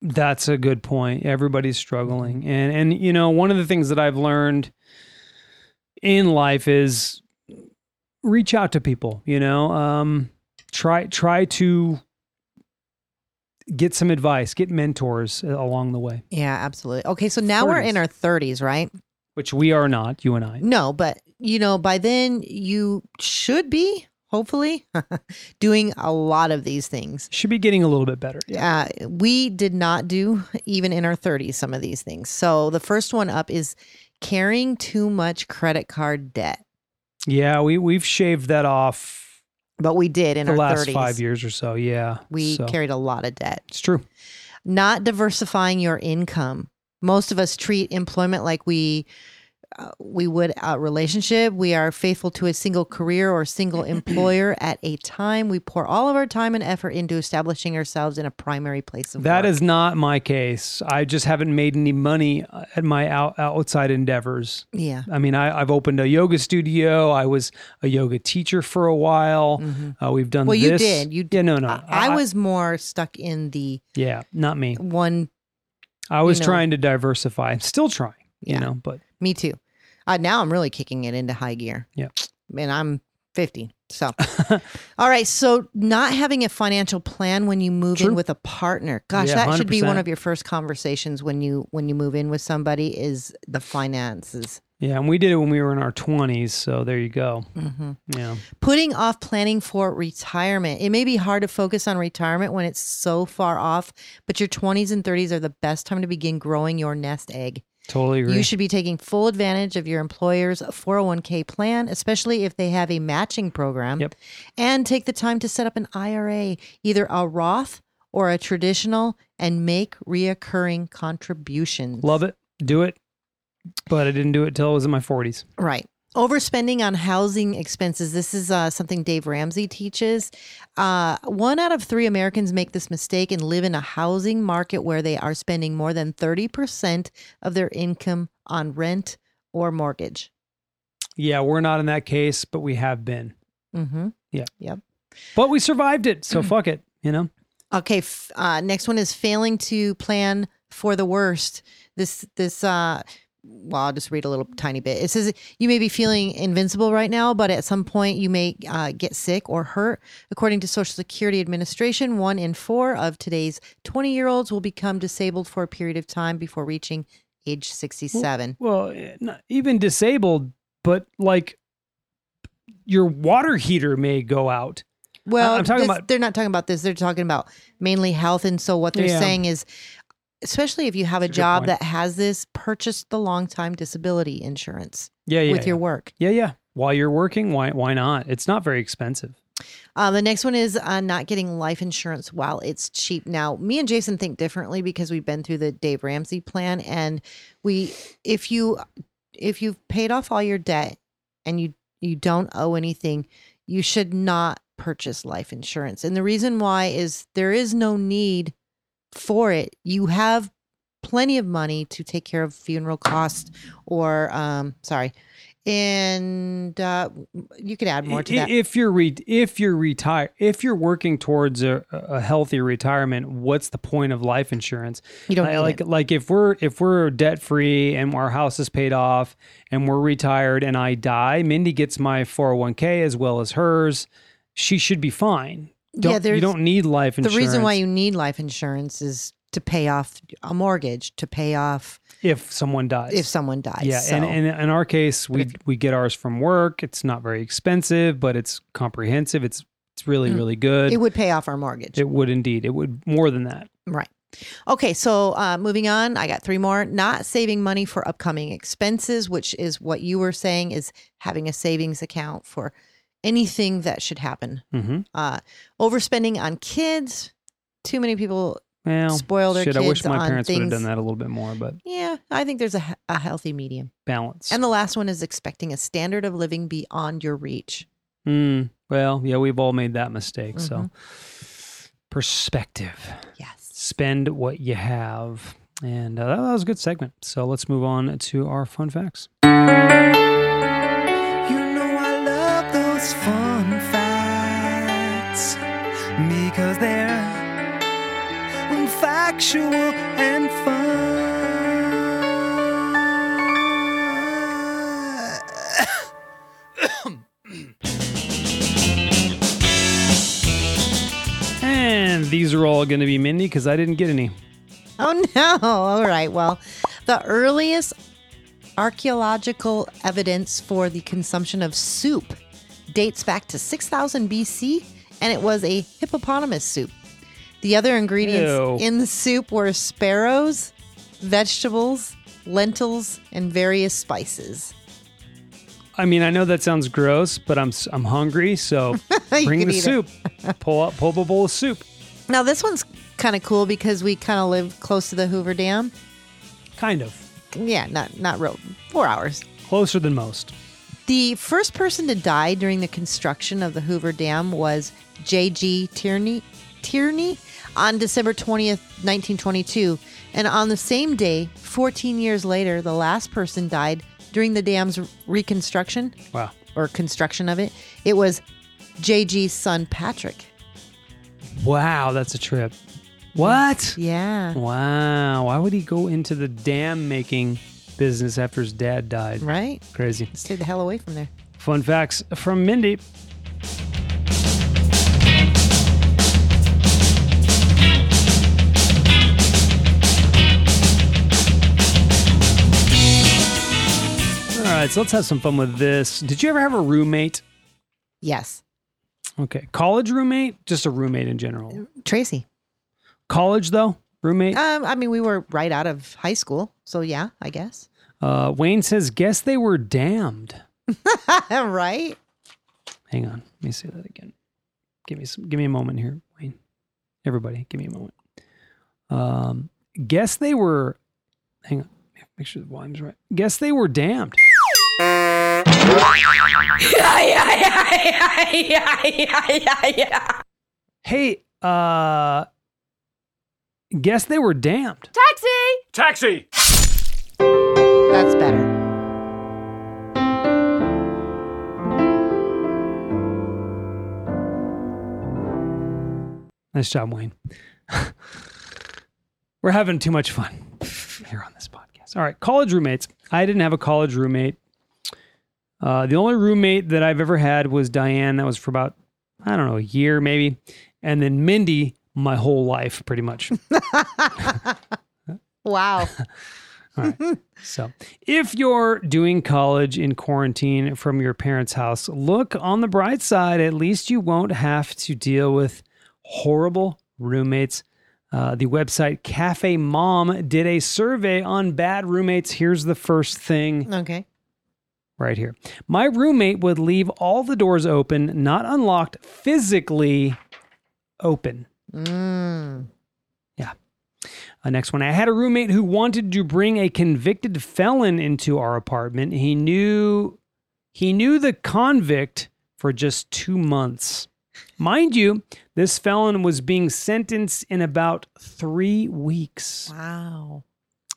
[SPEAKER 2] That's a good point. Everybody's
[SPEAKER 3] Mm-hmm.
[SPEAKER 2] struggling. And and you know, one of the things that I've learned in life is reach out to people, you know. Um try try to get some advice, get mentors uh, along the way,
[SPEAKER 3] Yeah, absolutely. Okay, so now we're in
[SPEAKER 2] 30s.
[SPEAKER 3] our 30s, right?
[SPEAKER 2] which we are not, you and I.
[SPEAKER 3] No, but you know, by then you should be hopefully doing a lot of these things.
[SPEAKER 2] Should be getting a little bit better.
[SPEAKER 3] Uh, we did not do even in our 30s some of these things. So the first one up is carrying too much credit card debt.
[SPEAKER 2] Yeah, we we've shaved that off
[SPEAKER 3] but we did in
[SPEAKER 2] the
[SPEAKER 3] our
[SPEAKER 2] last
[SPEAKER 3] 30s.
[SPEAKER 2] 5 years or so. Yeah.
[SPEAKER 3] We
[SPEAKER 2] so.
[SPEAKER 3] carried a lot of debt.
[SPEAKER 2] It's true.
[SPEAKER 3] Not diversifying your income. Most of us treat employment like we uh, we would a relationship. We are faithful to a single career or single employer at a time. We pour all of our time and effort into establishing ourselves in a primary place of
[SPEAKER 2] That
[SPEAKER 3] work.
[SPEAKER 2] is not my case. I just haven't made any money uh, at my out, outside endeavors.
[SPEAKER 3] yeah.
[SPEAKER 2] I mean, I, I've opened a yoga studio. I was a yoga teacher for a while.
[SPEAKER 3] Mhm.
[SPEAKER 2] Uh, we've done
[SPEAKER 3] Well, you
[SPEAKER 2] this.
[SPEAKER 3] did. You
[SPEAKER 2] Yeah, no, no.
[SPEAKER 3] I, I was more stuck in the
[SPEAKER 2] Yeah, not me.
[SPEAKER 3] one.
[SPEAKER 2] I was
[SPEAKER 3] know.
[SPEAKER 2] trying to diversify. I'm still trying.
[SPEAKER 3] Yeah.
[SPEAKER 2] You know, but
[SPEAKER 3] Me too. Uh, now I'm really kicking it into high gear.
[SPEAKER 2] Yeah.
[SPEAKER 3] And I'm 50. So, all right. So, not having a financial plan when you move
[SPEAKER 2] True.
[SPEAKER 3] in with a partner. Gosh,
[SPEAKER 2] Yeah,
[SPEAKER 3] that should be one
[SPEAKER 2] 100%.
[SPEAKER 3] of your first conversations when you when you move in with somebody is the finances.
[SPEAKER 2] yeah, and we did it when we were in our 20s. So there you go.
[SPEAKER 3] Mm-hmm.
[SPEAKER 2] Yeah.
[SPEAKER 3] Putting off planning for retirement. It may be hard to focus on retirement when it's so far off, but your 20s and 30s are the best time to begin growing your nest egg.
[SPEAKER 2] Totally agree.
[SPEAKER 3] You should be taking full advantage of your employer's 401k plan, especially if they have a matching program.
[SPEAKER 2] Yep.
[SPEAKER 3] And take the time to set up an IRA, either a Roth or a traditional, and make reoccurring contributions.
[SPEAKER 2] Love it. Do it. But I didn't do it till I was in my 40s.
[SPEAKER 3] Right. Overspending on housing expenses. This is uh, something Dave Ramsey teaches. Uh, one out of three Americans make this mistake and live in a housing market where they are spending more than 30% of their income on rent or mortgage.
[SPEAKER 2] Yeah, we're not in that case, but we have been.
[SPEAKER 3] Mm-hmm.
[SPEAKER 2] Yeah.
[SPEAKER 3] Yep.
[SPEAKER 2] But we survived it. So fuck it. You know?
[SPEAKER 3] Okay. F- uh, next one is failing to plan for the worst. This this uh, well, I'll just read a little tiny bit. It says you may be feeling invincible right now, but at some point you may uh, get sick or hurt. According to Social Security Administration, one in four of today's twenty year olds will become disabled for a period of time before reaching age sixty seven.
[SPEAKER 2] Well, eh, not even disabled, but like your water heater may go out.
[SPEAKER 3] Well,
[SPEAKER 2] I'm talking
[SPEAKER 3] this-
[SPEAKER 2] about-
[SPEAKER 3] they're not talking about this. They're talking about mainly health, and so what they're
[SPEAKER 2] Yeah.
[SPEAKER 3] saying is, especially if you have a
[SPEAKER 2] good
[SPEAKER 3] job
[SPEAKER 2] point.
[SPEAKER 3] that has this, purchase the long time disability insurance
[SPEAKER 2] Yeah, yeah.
[SPEAKER 3] with
[SPEAKER 2] yeah.
[SPEAKER 3] your work.
[SPEAKER 2] yeah, yeah. While you're working, why why not? It's not very expensive.
[SPEAKER 3] Uh, the next one is uh, not getting life insurance while it's cheap. Now, me and Jason think differently because we've been through the Dave Ramsey plan, and we, if you, if you've paid off all your debt and you you don't owe anything, you should not purchase life insurance. And the reason why is there is no need for it. You have plenty of money to take care of funeral costs or um sorry and uh, you could add more to
[SPEAKER 2] I-
[SPEAKER 3] that.
[SPEAKER 2] If you're re- if you're retire if you're working towards a, a healthy retirement, what's the point of life insurance?
[SPEAKER 3] You don't
[SPEAKER 2] I-
[SPEAKER 3] need
[SPEAKER 2] like
[SPEAKER 3] it.
[SPEAKER 2] like if we're if we're debt free and our house is paid off and we're retired and I die, Mindy gets my 401k as well as hers. She should be fine. Don't, you
[SPEAKER 3] there's-
[SPEAKER 2] don't need life
[SPEAKER 3] the
[SPEAKER 2] insurance.
[SPEAKER 3] reason why you need life insurance is to pay off a mortgage, to pay off
[SPEAKER 2] if someone dies.
[SPEAKER 3] if someone dies.
[SPEAKER 2] yeah, and,
[SPEAKER 3] so-
[SPEAKER 2] and in our case, we we get ours from work. It's not very expensive, but it's comprehensive. It's it's really really good.
[SPEAKER 3] Mm. it would pay off our mortgage.
[SPEAKER 2] It would indeed. It would more than that.
[SPEAKER 3] Right. Okay, so uh, moving on, I got three more. Not saving money for upcoming expenses, which is what you were saying, is having a savings account for anything that should happen.
[SPEAKER 2] Mm-hmm.
[SPEAKER 3] Uh, overspending on kids. Too many people.
[SPEAKER 2] Well,
[SPEAKER 3] Spoil their
[SPEAKER 2] shit. I wish
[SPEAKER 3] kids
[SPEAKER 2] my
[SPEAKER 3] on
[SPEAKER 2] parents would have done
[SPEAKER 3] things-
[SPEAKER 2] that a little bit more, but
[SPEAKER 3] Yeah, I think there's a, he- a healthy medium.
[SPEAKER 2] balance.
[SPEAKER 3] And the last one is expecting a standard of living beyond your reach.
[SPEAKER 2] mm, well, yeah, we've all made that mistake.
[SPEAKER 3] Mhm.
[SPEAKER 2] So,
[SPEAKER 3] Mm-hmm.
[SPEAKER 2] perspective.
[SPEAKER 3] Yes.
[SPEAKER 2] Spend what you have, and uh, that was a good segment. So let's move on to our fun facts.
[SPEAKER 4] You know I love those fun facts because they're factual and fun.
[SPEAKER 2] And these are all going to be Mindy because I didn't get any.
[SPEAKER 3] Oh no. All right. Well, the earliest archaeological evidence for the consumption of soup dates back to 6000 BC and it was a hippopotamus soup. The other ingredients
[SPEAKER 2] Ew.
[SPEAKER 3] in the soup were sparrows, vegetables, lentils, and various spices.
[SPEAKER 2] I mean, I know that sounds gross, but I'm s- I'm hungry, so bring
[SPEAKER 3] can
[SPEAKER 2] the
[SPEAKER 3] eat it.
[SPEAKER 2] soup. pull up, pull up a bowl of soup.
[SPEAKER 3] Now, this one's kind of cool because we kind of live close to the Hoover Dam.
[SPEAKER 2] Kind of
[SPEAKER 3] Yeah, not not real 4 hours.
[SPEAKER 2] closer than most.
[SPEAKER 3] The first person to die during the construction of the Hoover Dam was J.G. Tierney, Tierney on December 20th, 1922. And on the same day, 14 years later, the last person died during the dam's reconstruction
[SPEAKER 2] Wow.
[SPEAKER 3] or construction of it. It was J.G.'s son, Patrick.
[SPEAKER 2] Wow, that's a trip. What?
[SPEAKER 3] Yeah.
[SPEAKER 2] Wow. Why would he go into the dam making business after his dad died?
[SPEAKER 3] Right?
[SPEAKER 2] Crazy.
[SPEAKER 3] Stay the hell away from there.
[SPEAKER 2] Fun facts from Mindy. All right, so let's have some fun with this. Did you ever have a roommate?
[SPEAKER 3] Yes.
[SPEAKER 2] Okay, college roommate, just a roommate in general.
[SPEAKER 3] Tracy.
[SPEAKER 2] College though, roommate.
[SPEAKER 3] Um, I mean, we were right out of high school. So, yeah, I guess.
[SPEAKER 2] Uh, Wayne says, "Guess they were damned."
[SPEAKER 3] right?
[SPEAKER 2] Hang on, let me say that again. Give me some, give me a moment here, Wayne. Everybody, give me a moment. Um, guess they were. Hang on, make sure the volume's right. Guess they were damned. Hey, uh, guess they were damned.
[SPEAKER 3] That's better.
[SPEAKER 2] Nice job, Wayne. We're having too much fun here on this podcast. All right, college roommates. I didn't have a college roommate. Uh, the only roommate that I've ever had was Diane. That was for about, I don't know, a year maybe. And then Mindy, my whole life, pretty much.
[SPEAKER 3] Wow.
[SPEAKER 2] So, if you're doing college in quarantine from your parents' house, look on the bright side. At least you won't have to deal with horrible roommates. Uh, the website Cafe Mom did a survey on bad roommates. Here's the first thing
[SPEAKER 3] Okay.
[SPEAKER 2] right here. My roommate would leave all the doors open, not unlocked, physically open.
[SPEAKER 3] Mm.
[SPEAKER 2] Uh, next one. I had a roommate who wanted to bring a convicted felon into our apartment. He knew he knew the convict for just two months. Mind you, this felon was being sentenced in about three weeks.
[SPEAKER 3] Wow.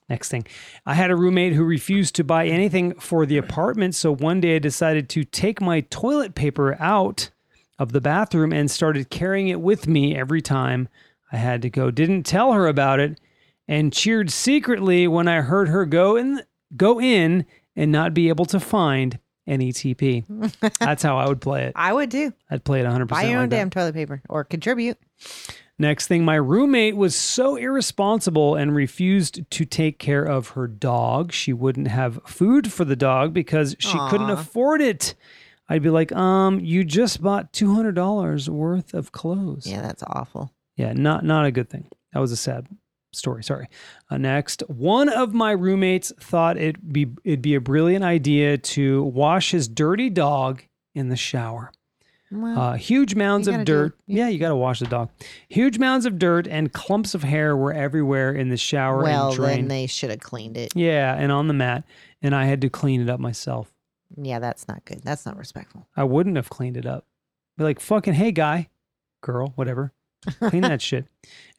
[SPEAKER 2] Next thing, I had a roommate who refused to buy anything for the apartment. So one day I decided to take my toilet paper out of the bathroom and started carrying it with me every time I had to go. Didn't tell her about it and cheered secretly when I heard her go in, go in and not be able to find an ETP. That's how I would play it.
[SPEAKER 3] I would do.
[SPEAKER 2] I'd play it 100%.
[SPEAKER 3] Buy your own
[SPEAKER 2] like that.
[SPEAKER 3] damn toilet paper or contribute.
[SPEAKER 2] Next thing, my roommate was so irresponsible and refused to take care of her dog. She wouldn't have food for the dog because she couldn't afford it. I'd be like, um, you just bought two hundred dollars worth of clothes.
[SPEAKER 3] Yeah, that's awful.
[SPEAKER 2] Yeah, not not a good thing. That was a sad story. Sorry. Uh, next, one of my roommates thought it be it'd be a brilliant idea to wash his dirty dog in the shower.
[SPEAKER 3] Well,
[SPEAKER 2] Uh, huge mounds
[SPEAKER 3] Oh. gotta
[SPEAKER 2] of
[SPEAKER 3] do it.
[SPEAKER 2] dirt. Yeah, you got to wash the dog. Huge mounds of dirt and clumps of hair were everywhere in the shower
[SPEAKER 3] well,
[SPEAKER 2] and drain.
[SPEAKER 3] then they should have cleaned it.
[SPEAKER 2] yeah, and on the mat, and I had to clean it up myself.
[SPEAKER 3] Yeah, that's not good. That's not respectful.
[SPEAKER 2] I wouldn't have cleaned it up. Be like, fucking, hey, guy, girl, whatever. Clean that shit.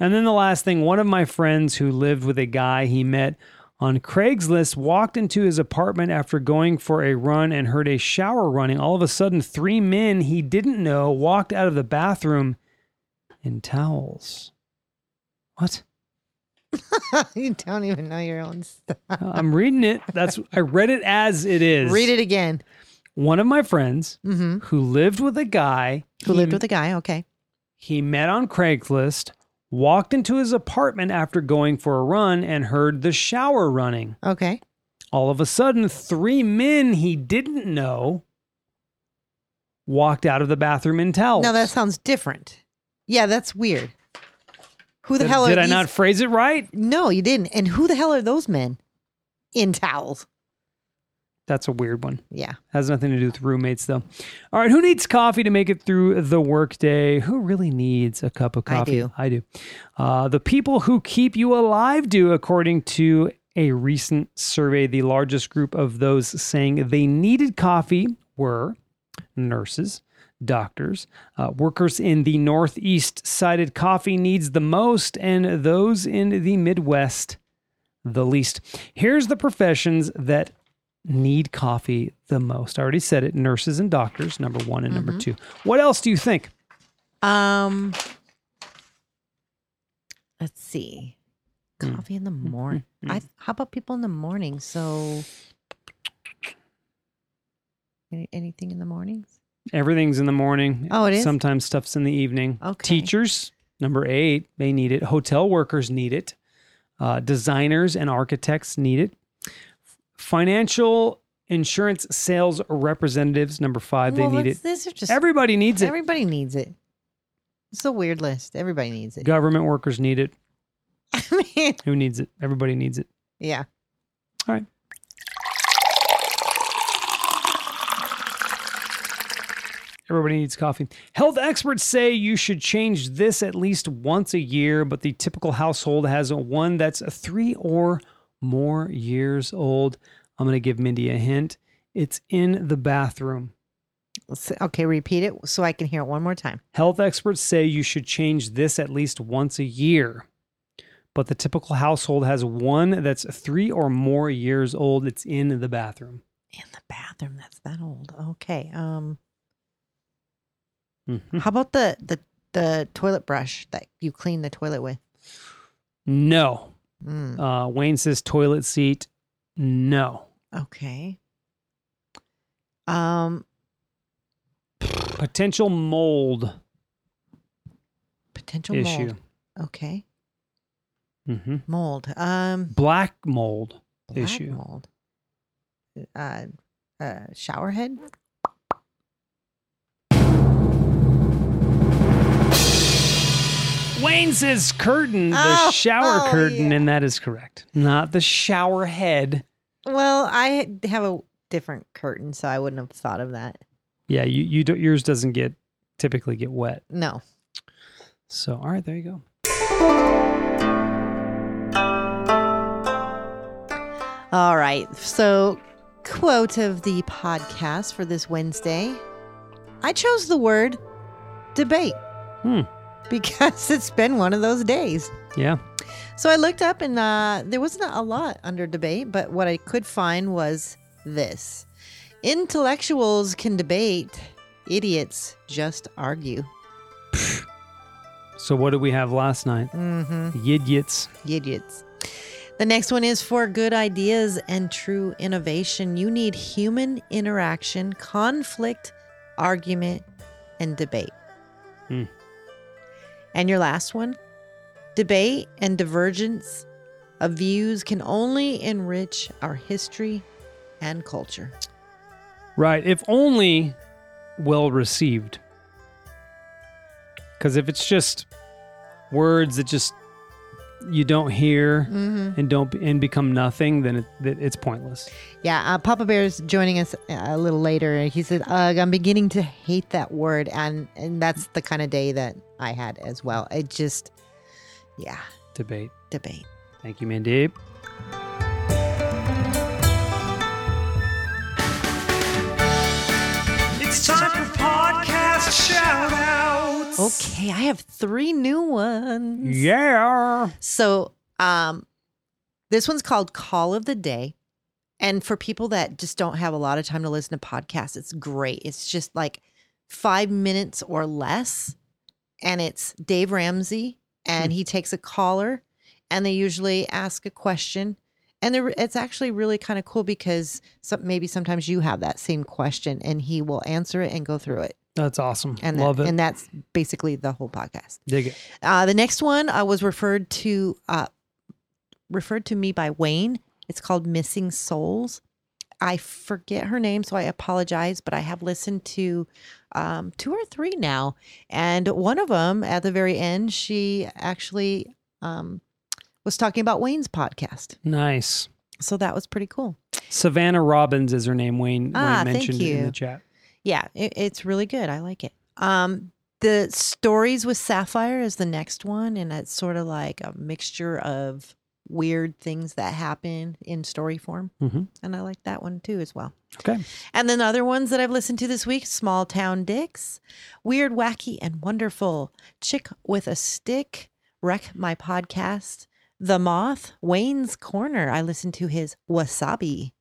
[SPEAKER 2] And then the last thing one of my friends who lived with a guy he met on Craigslist walked into his apartment after going for a run and heard a shower running. All of a sudden, three men he didn't know walked out of the bathroom in towels. What?
[SPEAKER 3] you don't even know your own stuff.
[SPEAKER 2] Uh, I'm reading it. That's I read it as it is.
[SPEAKER 3] Read it again.
[SPEAKER 2] One of my friends
[SPEAKER 3] hmm
[SPEAKER 2] who lived with a guy
[SPEAKER 3] Who
[SPEAKER 2] he
[SPEAKER 3] lived with a guy? Okay.
[SPEAKER 2] He met on Craigslist, walked into his apartment after going for a run, and heard the shower running.
[SPEAKER 3] Okay.
[SPEAKER 2] All of a sudden, three men he didn't know walked out of the bathroom in towels.
[SPEAKER 3] No, that sounds different. Yeah, that's weird. Who the
[SPEAKER 2] Did-
[SPEAKER 3] hell are
[SPEAKER 2] Did I
[SPEAKER 3] these-
[SPEAKER 2] not phrase it right?
[SPEAKER 3] No, you didn't. And who the hell are those men in towels?
[SPEAKER 2] That's a weird one.
[SPEAKER 3] Yeah.
[SPEAKER 2] Has nothing to do with roommates, though. All right, who needs coffee to make it through the workday? Who really needs a cup of
[SPEAKER 3] I
[SPEAKER 2] coffee?
[SPEAKER 3] do.
[SPEAKER 2] I do. Uh, the people who keep you alive do, according to a recent survey. The largest group of those saying they needed coffee were nurses, doctors, uh, workers in the Northeast cited coffee needs the most, and those in the Midwest the least. Here's the professions that need coffee the most. I already said it nurses and doctors, number one and
[SPEAKER 3] Mm-hmm.
[SPEAKER 2] number two. What else do you think?
[SPEAKER 3] Um let's see. Coffee in the morning. I how about people in the morning? So any, anything in the mornings?
[SPEAKER 2] Everything's in the morning.
[SPEAKER 3] Oh, it is?
[SPEAKER 2] Sometimes stuff's in the evening.
[SPEAKER 3] Okay.
[SPEAKER 2] Teachers, number eight, they need it. Hotel workers need it. Uh, designers and architects need it. Financial insurance sales representatives, number five, they
[SPEAKER 3] Well,
[SPEAKER 2] need
[SPEAKER 3] what's
[SPEAKER 2] it.
[SPEAKER 3] This is just
[SPEAKER 2] Everybody needs it.
[SPEAKER 3] everybody needs it. It's a weird list. Everybody needs it.
[SPEAKER 2] Government workers need it.
[SPEAKER 3] I mean,
[SPEAKER 2] Who needs it? Everybody needs it.
[SPEAKER 3] yeah.
[SPEAKER 2] All right. Everybody needs coffee. Health experts say you should change this at least once a year, but the typical household has one that's three or more years old. I'm going to give Mindy a hint. It's in the bathroom.
[SPEAKER 3] Let's- Okay, repeat it so I can hear it one more time.
[SPEAKER 2] Health experts say you should change this at least once a year. But the typical household has one that's three or more years old. It's in the bathroom.
[SPEAKER 3] In the bathroom, that's that old. Okay. Um
[SPEAKER 2] Mhm.
[SPEAKER 3] how about the the the toilet brush that you clean the toilet with?
[SPEAKER 2] No.
[SPEAKER 3] Mm,
[SPEAKER 2] Uh, Wayne says toilet seat. No.
[SPEAKER 3] okay. Um
[SPEAKER 2] Potential mold
[SPEAKER 3] potential
[SPEAKER 2] issue.
[SPEAKER 3] mold. Okay.
[SPEAKER 2] hmm
[SPEAKER 3] Mold. Um
[SPEAKER 2] Black mold
[SPEAKER 3] Mm-hmm. black
[SPEAKER 2] issue.
[SPEAKER 3] mold. Uh uh shower head?
[SPEAKER 2] Wayne says curtain, the
[SPEAKER 3] Oh,
[SPEAKER 2] shower
[SPEAKER 3] oh,
[SPEAKER 2] curtain,
[SPEAKER 3] yeah.
[SPEAKER 2] and that is correct. Not the shower head.
[SPEAKER 3] Well, I have a different curtain, so I wouldn't have thought of that.
[SPEAKER 2] Yeah, you, you do, yours doesn't get typically get wet.
[SPEAKER 3] No.
[SPEAKER 2] So, all right, there you go.
[SPEAKER 3] All right. So, quote of the podcast for this Wednesday I chose the word debate.
[SPEAKER 2] Hmm.
[SPEAKER 3] because it's been one of those days.
[SPEAKER 2] Yeah.
[SPEAKER 3] So I looked up and uh, there wasn't a lot under debate, but what I could find was this Intellectuals can debate, idiots just argue.
[SPEAKER 2] So what did we have last night? Mm-hmm. Yidgits.
[SPEAKER 3] Idiots. The next one is for good ideas and true innovation. You need human interaction, conflict, argument, and debate.
[SPEAKER 2] Hmm.
[SPEAKER 3] And your last one debate and divergence of views can only enrich our history and culture.
[SPEAKER 2] Right. If only well received. Because if it's just words that just you don't hear
[SPEAKER 3] Mm-hmm.
[SPEAKER 2] and don't and become nothing, then it, that it's pointless.
[SPEAKER 3] Yeah, uh, Papa Bear's joining us uh, a little later. He said, Ugh, I'm beginning to hate that word. And, and that's the kind of day that I had as well. It just, yeah,
[SPEAKER 2] Debate.
[SPEAKER 3] debate.
[SPEAKER 2] Thank you, Mandeep.
[SPEAKER 4] It's time for podcast shout outs.
[SPEAKER 3] Okay, I have three new ones.
[SPEAKER 2] Yeah.
[SPEAKER 3] So, um, this one's called Call of the Day. And for people that just don't have a lot of time to listen to podcasts, it's great. It's just like five minutes or less. And it's Dave Ramsey, and
[SPEAKER 2] Hmm.
[SPEAKER 3] he takes a caller, and they usually ask a question. And they're- it's actually really kind of cool because some, maybe sometimes you have that same question, and he will answer it and go through it.
[SPEAKER 2] That's awesome.
[SPEAKER 3] And
[SPEAKER 2] Love
[SPEAKER 3] that,
[SPEAKER 2] it.
[SPEAKER 3] And that's basically the whole podcast.
[SPEAKER 2] Dig it.
[SPEAKER 3] Uh, the next one uh, was referred to uh, referred to me by Wayne. It's called Missing Souls. I forget her name, so I apologize, but I have listened to um, two or three now, and one of them at the very end, she actually um, was talking about Wayne's podcast,
[SPEAKER 2] Nice.
[SPEAKER 3] so that was pretty cool.
[SPEAKER 2] Savannah Robbins is her name. Wayne,
[SPEAKER 3] Ah,
[SPEAKER 2] Wayne
[SPEAKER 3] thank
[SPEAKER 2] mentioned it in
[SPEAKER 3] you.
[SPEAKER 2] the chat.
[SPEAKER 3] Yeah, it, it's really good. I like it. Um, the stories with Sapphire is the next one, and it's sort of like a mixture of weird things that happen in story form,
[SPEAKER 2] Mm-hmm.
[SPEAKER 3] and I like that one too as well.
[SPEAKER 2] Okay.
[SPEAKER 3] And then other ones that I've listened to this week: Small Town Dicks, Weird, Wacky, and Wonderful, Chick with a Stick, Wreck My Podcast, The Moth, Wayne's Corner. I listened to his Wasabi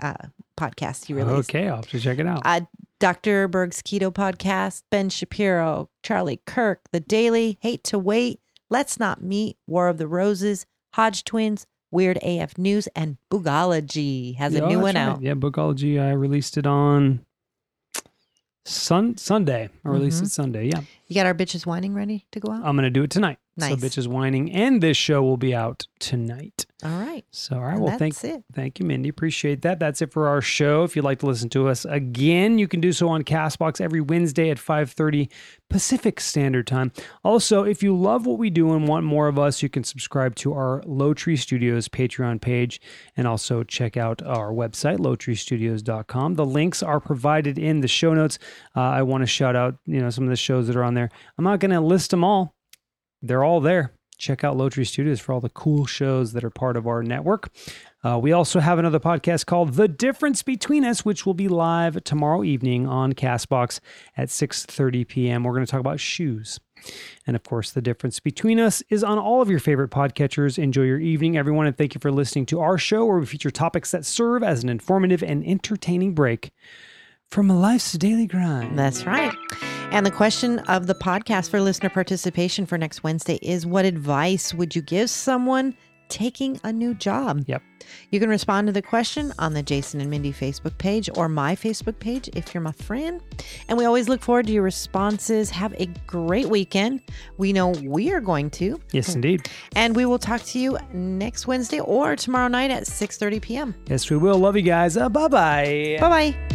[SPEAKER 3] uh, podcast. He released.
[SPEAKER 2] Okay, I'll have to check it out.
[SPEAKER 3] Uh, Dr. Berg's Keto Podcast, Ben Shapiro, Charlie Kirk, The Daily, Hate to Wait, Let's Not Meet, War of the Roses, Hodge Twins, Weird AF News, and Boogology has a
[SPEAKER 2] Yeah,
[SPEAKER 3] new
[SPEAKER 2] that's
[SPEAKER 3] one
[SPEAKER 2] right.
[SPEAKER 3] out.
[SPEAKER 2] Yeah, Bookology. I released it on Sun Sunday. I released it
[SPEAKER 3] Mm-hmm.
[SPEAKER 2] Sunday. Yeah,
[SPEAKER 3] You got our bitches whining ready to go out?
[SPEAKER 2] I'm gonna do it tonight. So
[SPEAKER 3] Nice.
[SPEAKER 2] bitches whining, and this show will be out tonight.
[SPEAKER 3] All right.
[SPEAKER 2] So all right,
[SPEAKER 3] And
[SPEAKER 2] well,
[SPEAKER 3] that's
[SPEAKER 2] thank
[SPEAKER 3] it.
[SPEAKER 2] Thank you, Mindy. Appreciate that. That's it for our show. If you'd like to listen to us again, you can do so on Castbox every Wednesday at 5:30 Pacific Standard Time. Also, if you love what we do and want more of us, you can subscribe to our Low Tree Studios Patreon page and also check out our website lowtreestudios.com. The links are provided in the show notes. Uh, I want to shout out, you know, some of the shows that are on there. I'm not going to list them all. They're all there. Check out Low Tree Studios for all the cool shows that are part of our network. Uh, we also have another podcast called The Difference Between Us, which will be live tomorrow evening on Castbox at 6:30 p.m. We're going to talk about shoes. And of course, The Difference Between Us is on all of your favorite podcatchers. Enjoy your evening, everyone, and thank you for listening to our show where we feature topics that serve as an informative and entertaining break from life's daily grind.
[SPEAKER 3] That's right. And the question of the podcast for listener participation for next Wednesday is what advice would you give someone taking a new job?
[SPEAKER 2] Yep.
[SPEAKER 3] You can respond to the question on the Jason and Mindy Facebook page or my Facebook page if you're my friend. And we always look forward to your responses. Have a great weekend. We know we are going to.
[SPEAKER 2] Yes, indeed.
[SPEAKER 3] And we will talk to you next Wednesday or tomorrow night at 6 30 p.m.
[SPEAKER 2] Yes, we will. Love you guys. Uh, bye bye.
[SPEAKER 3] Bye bye.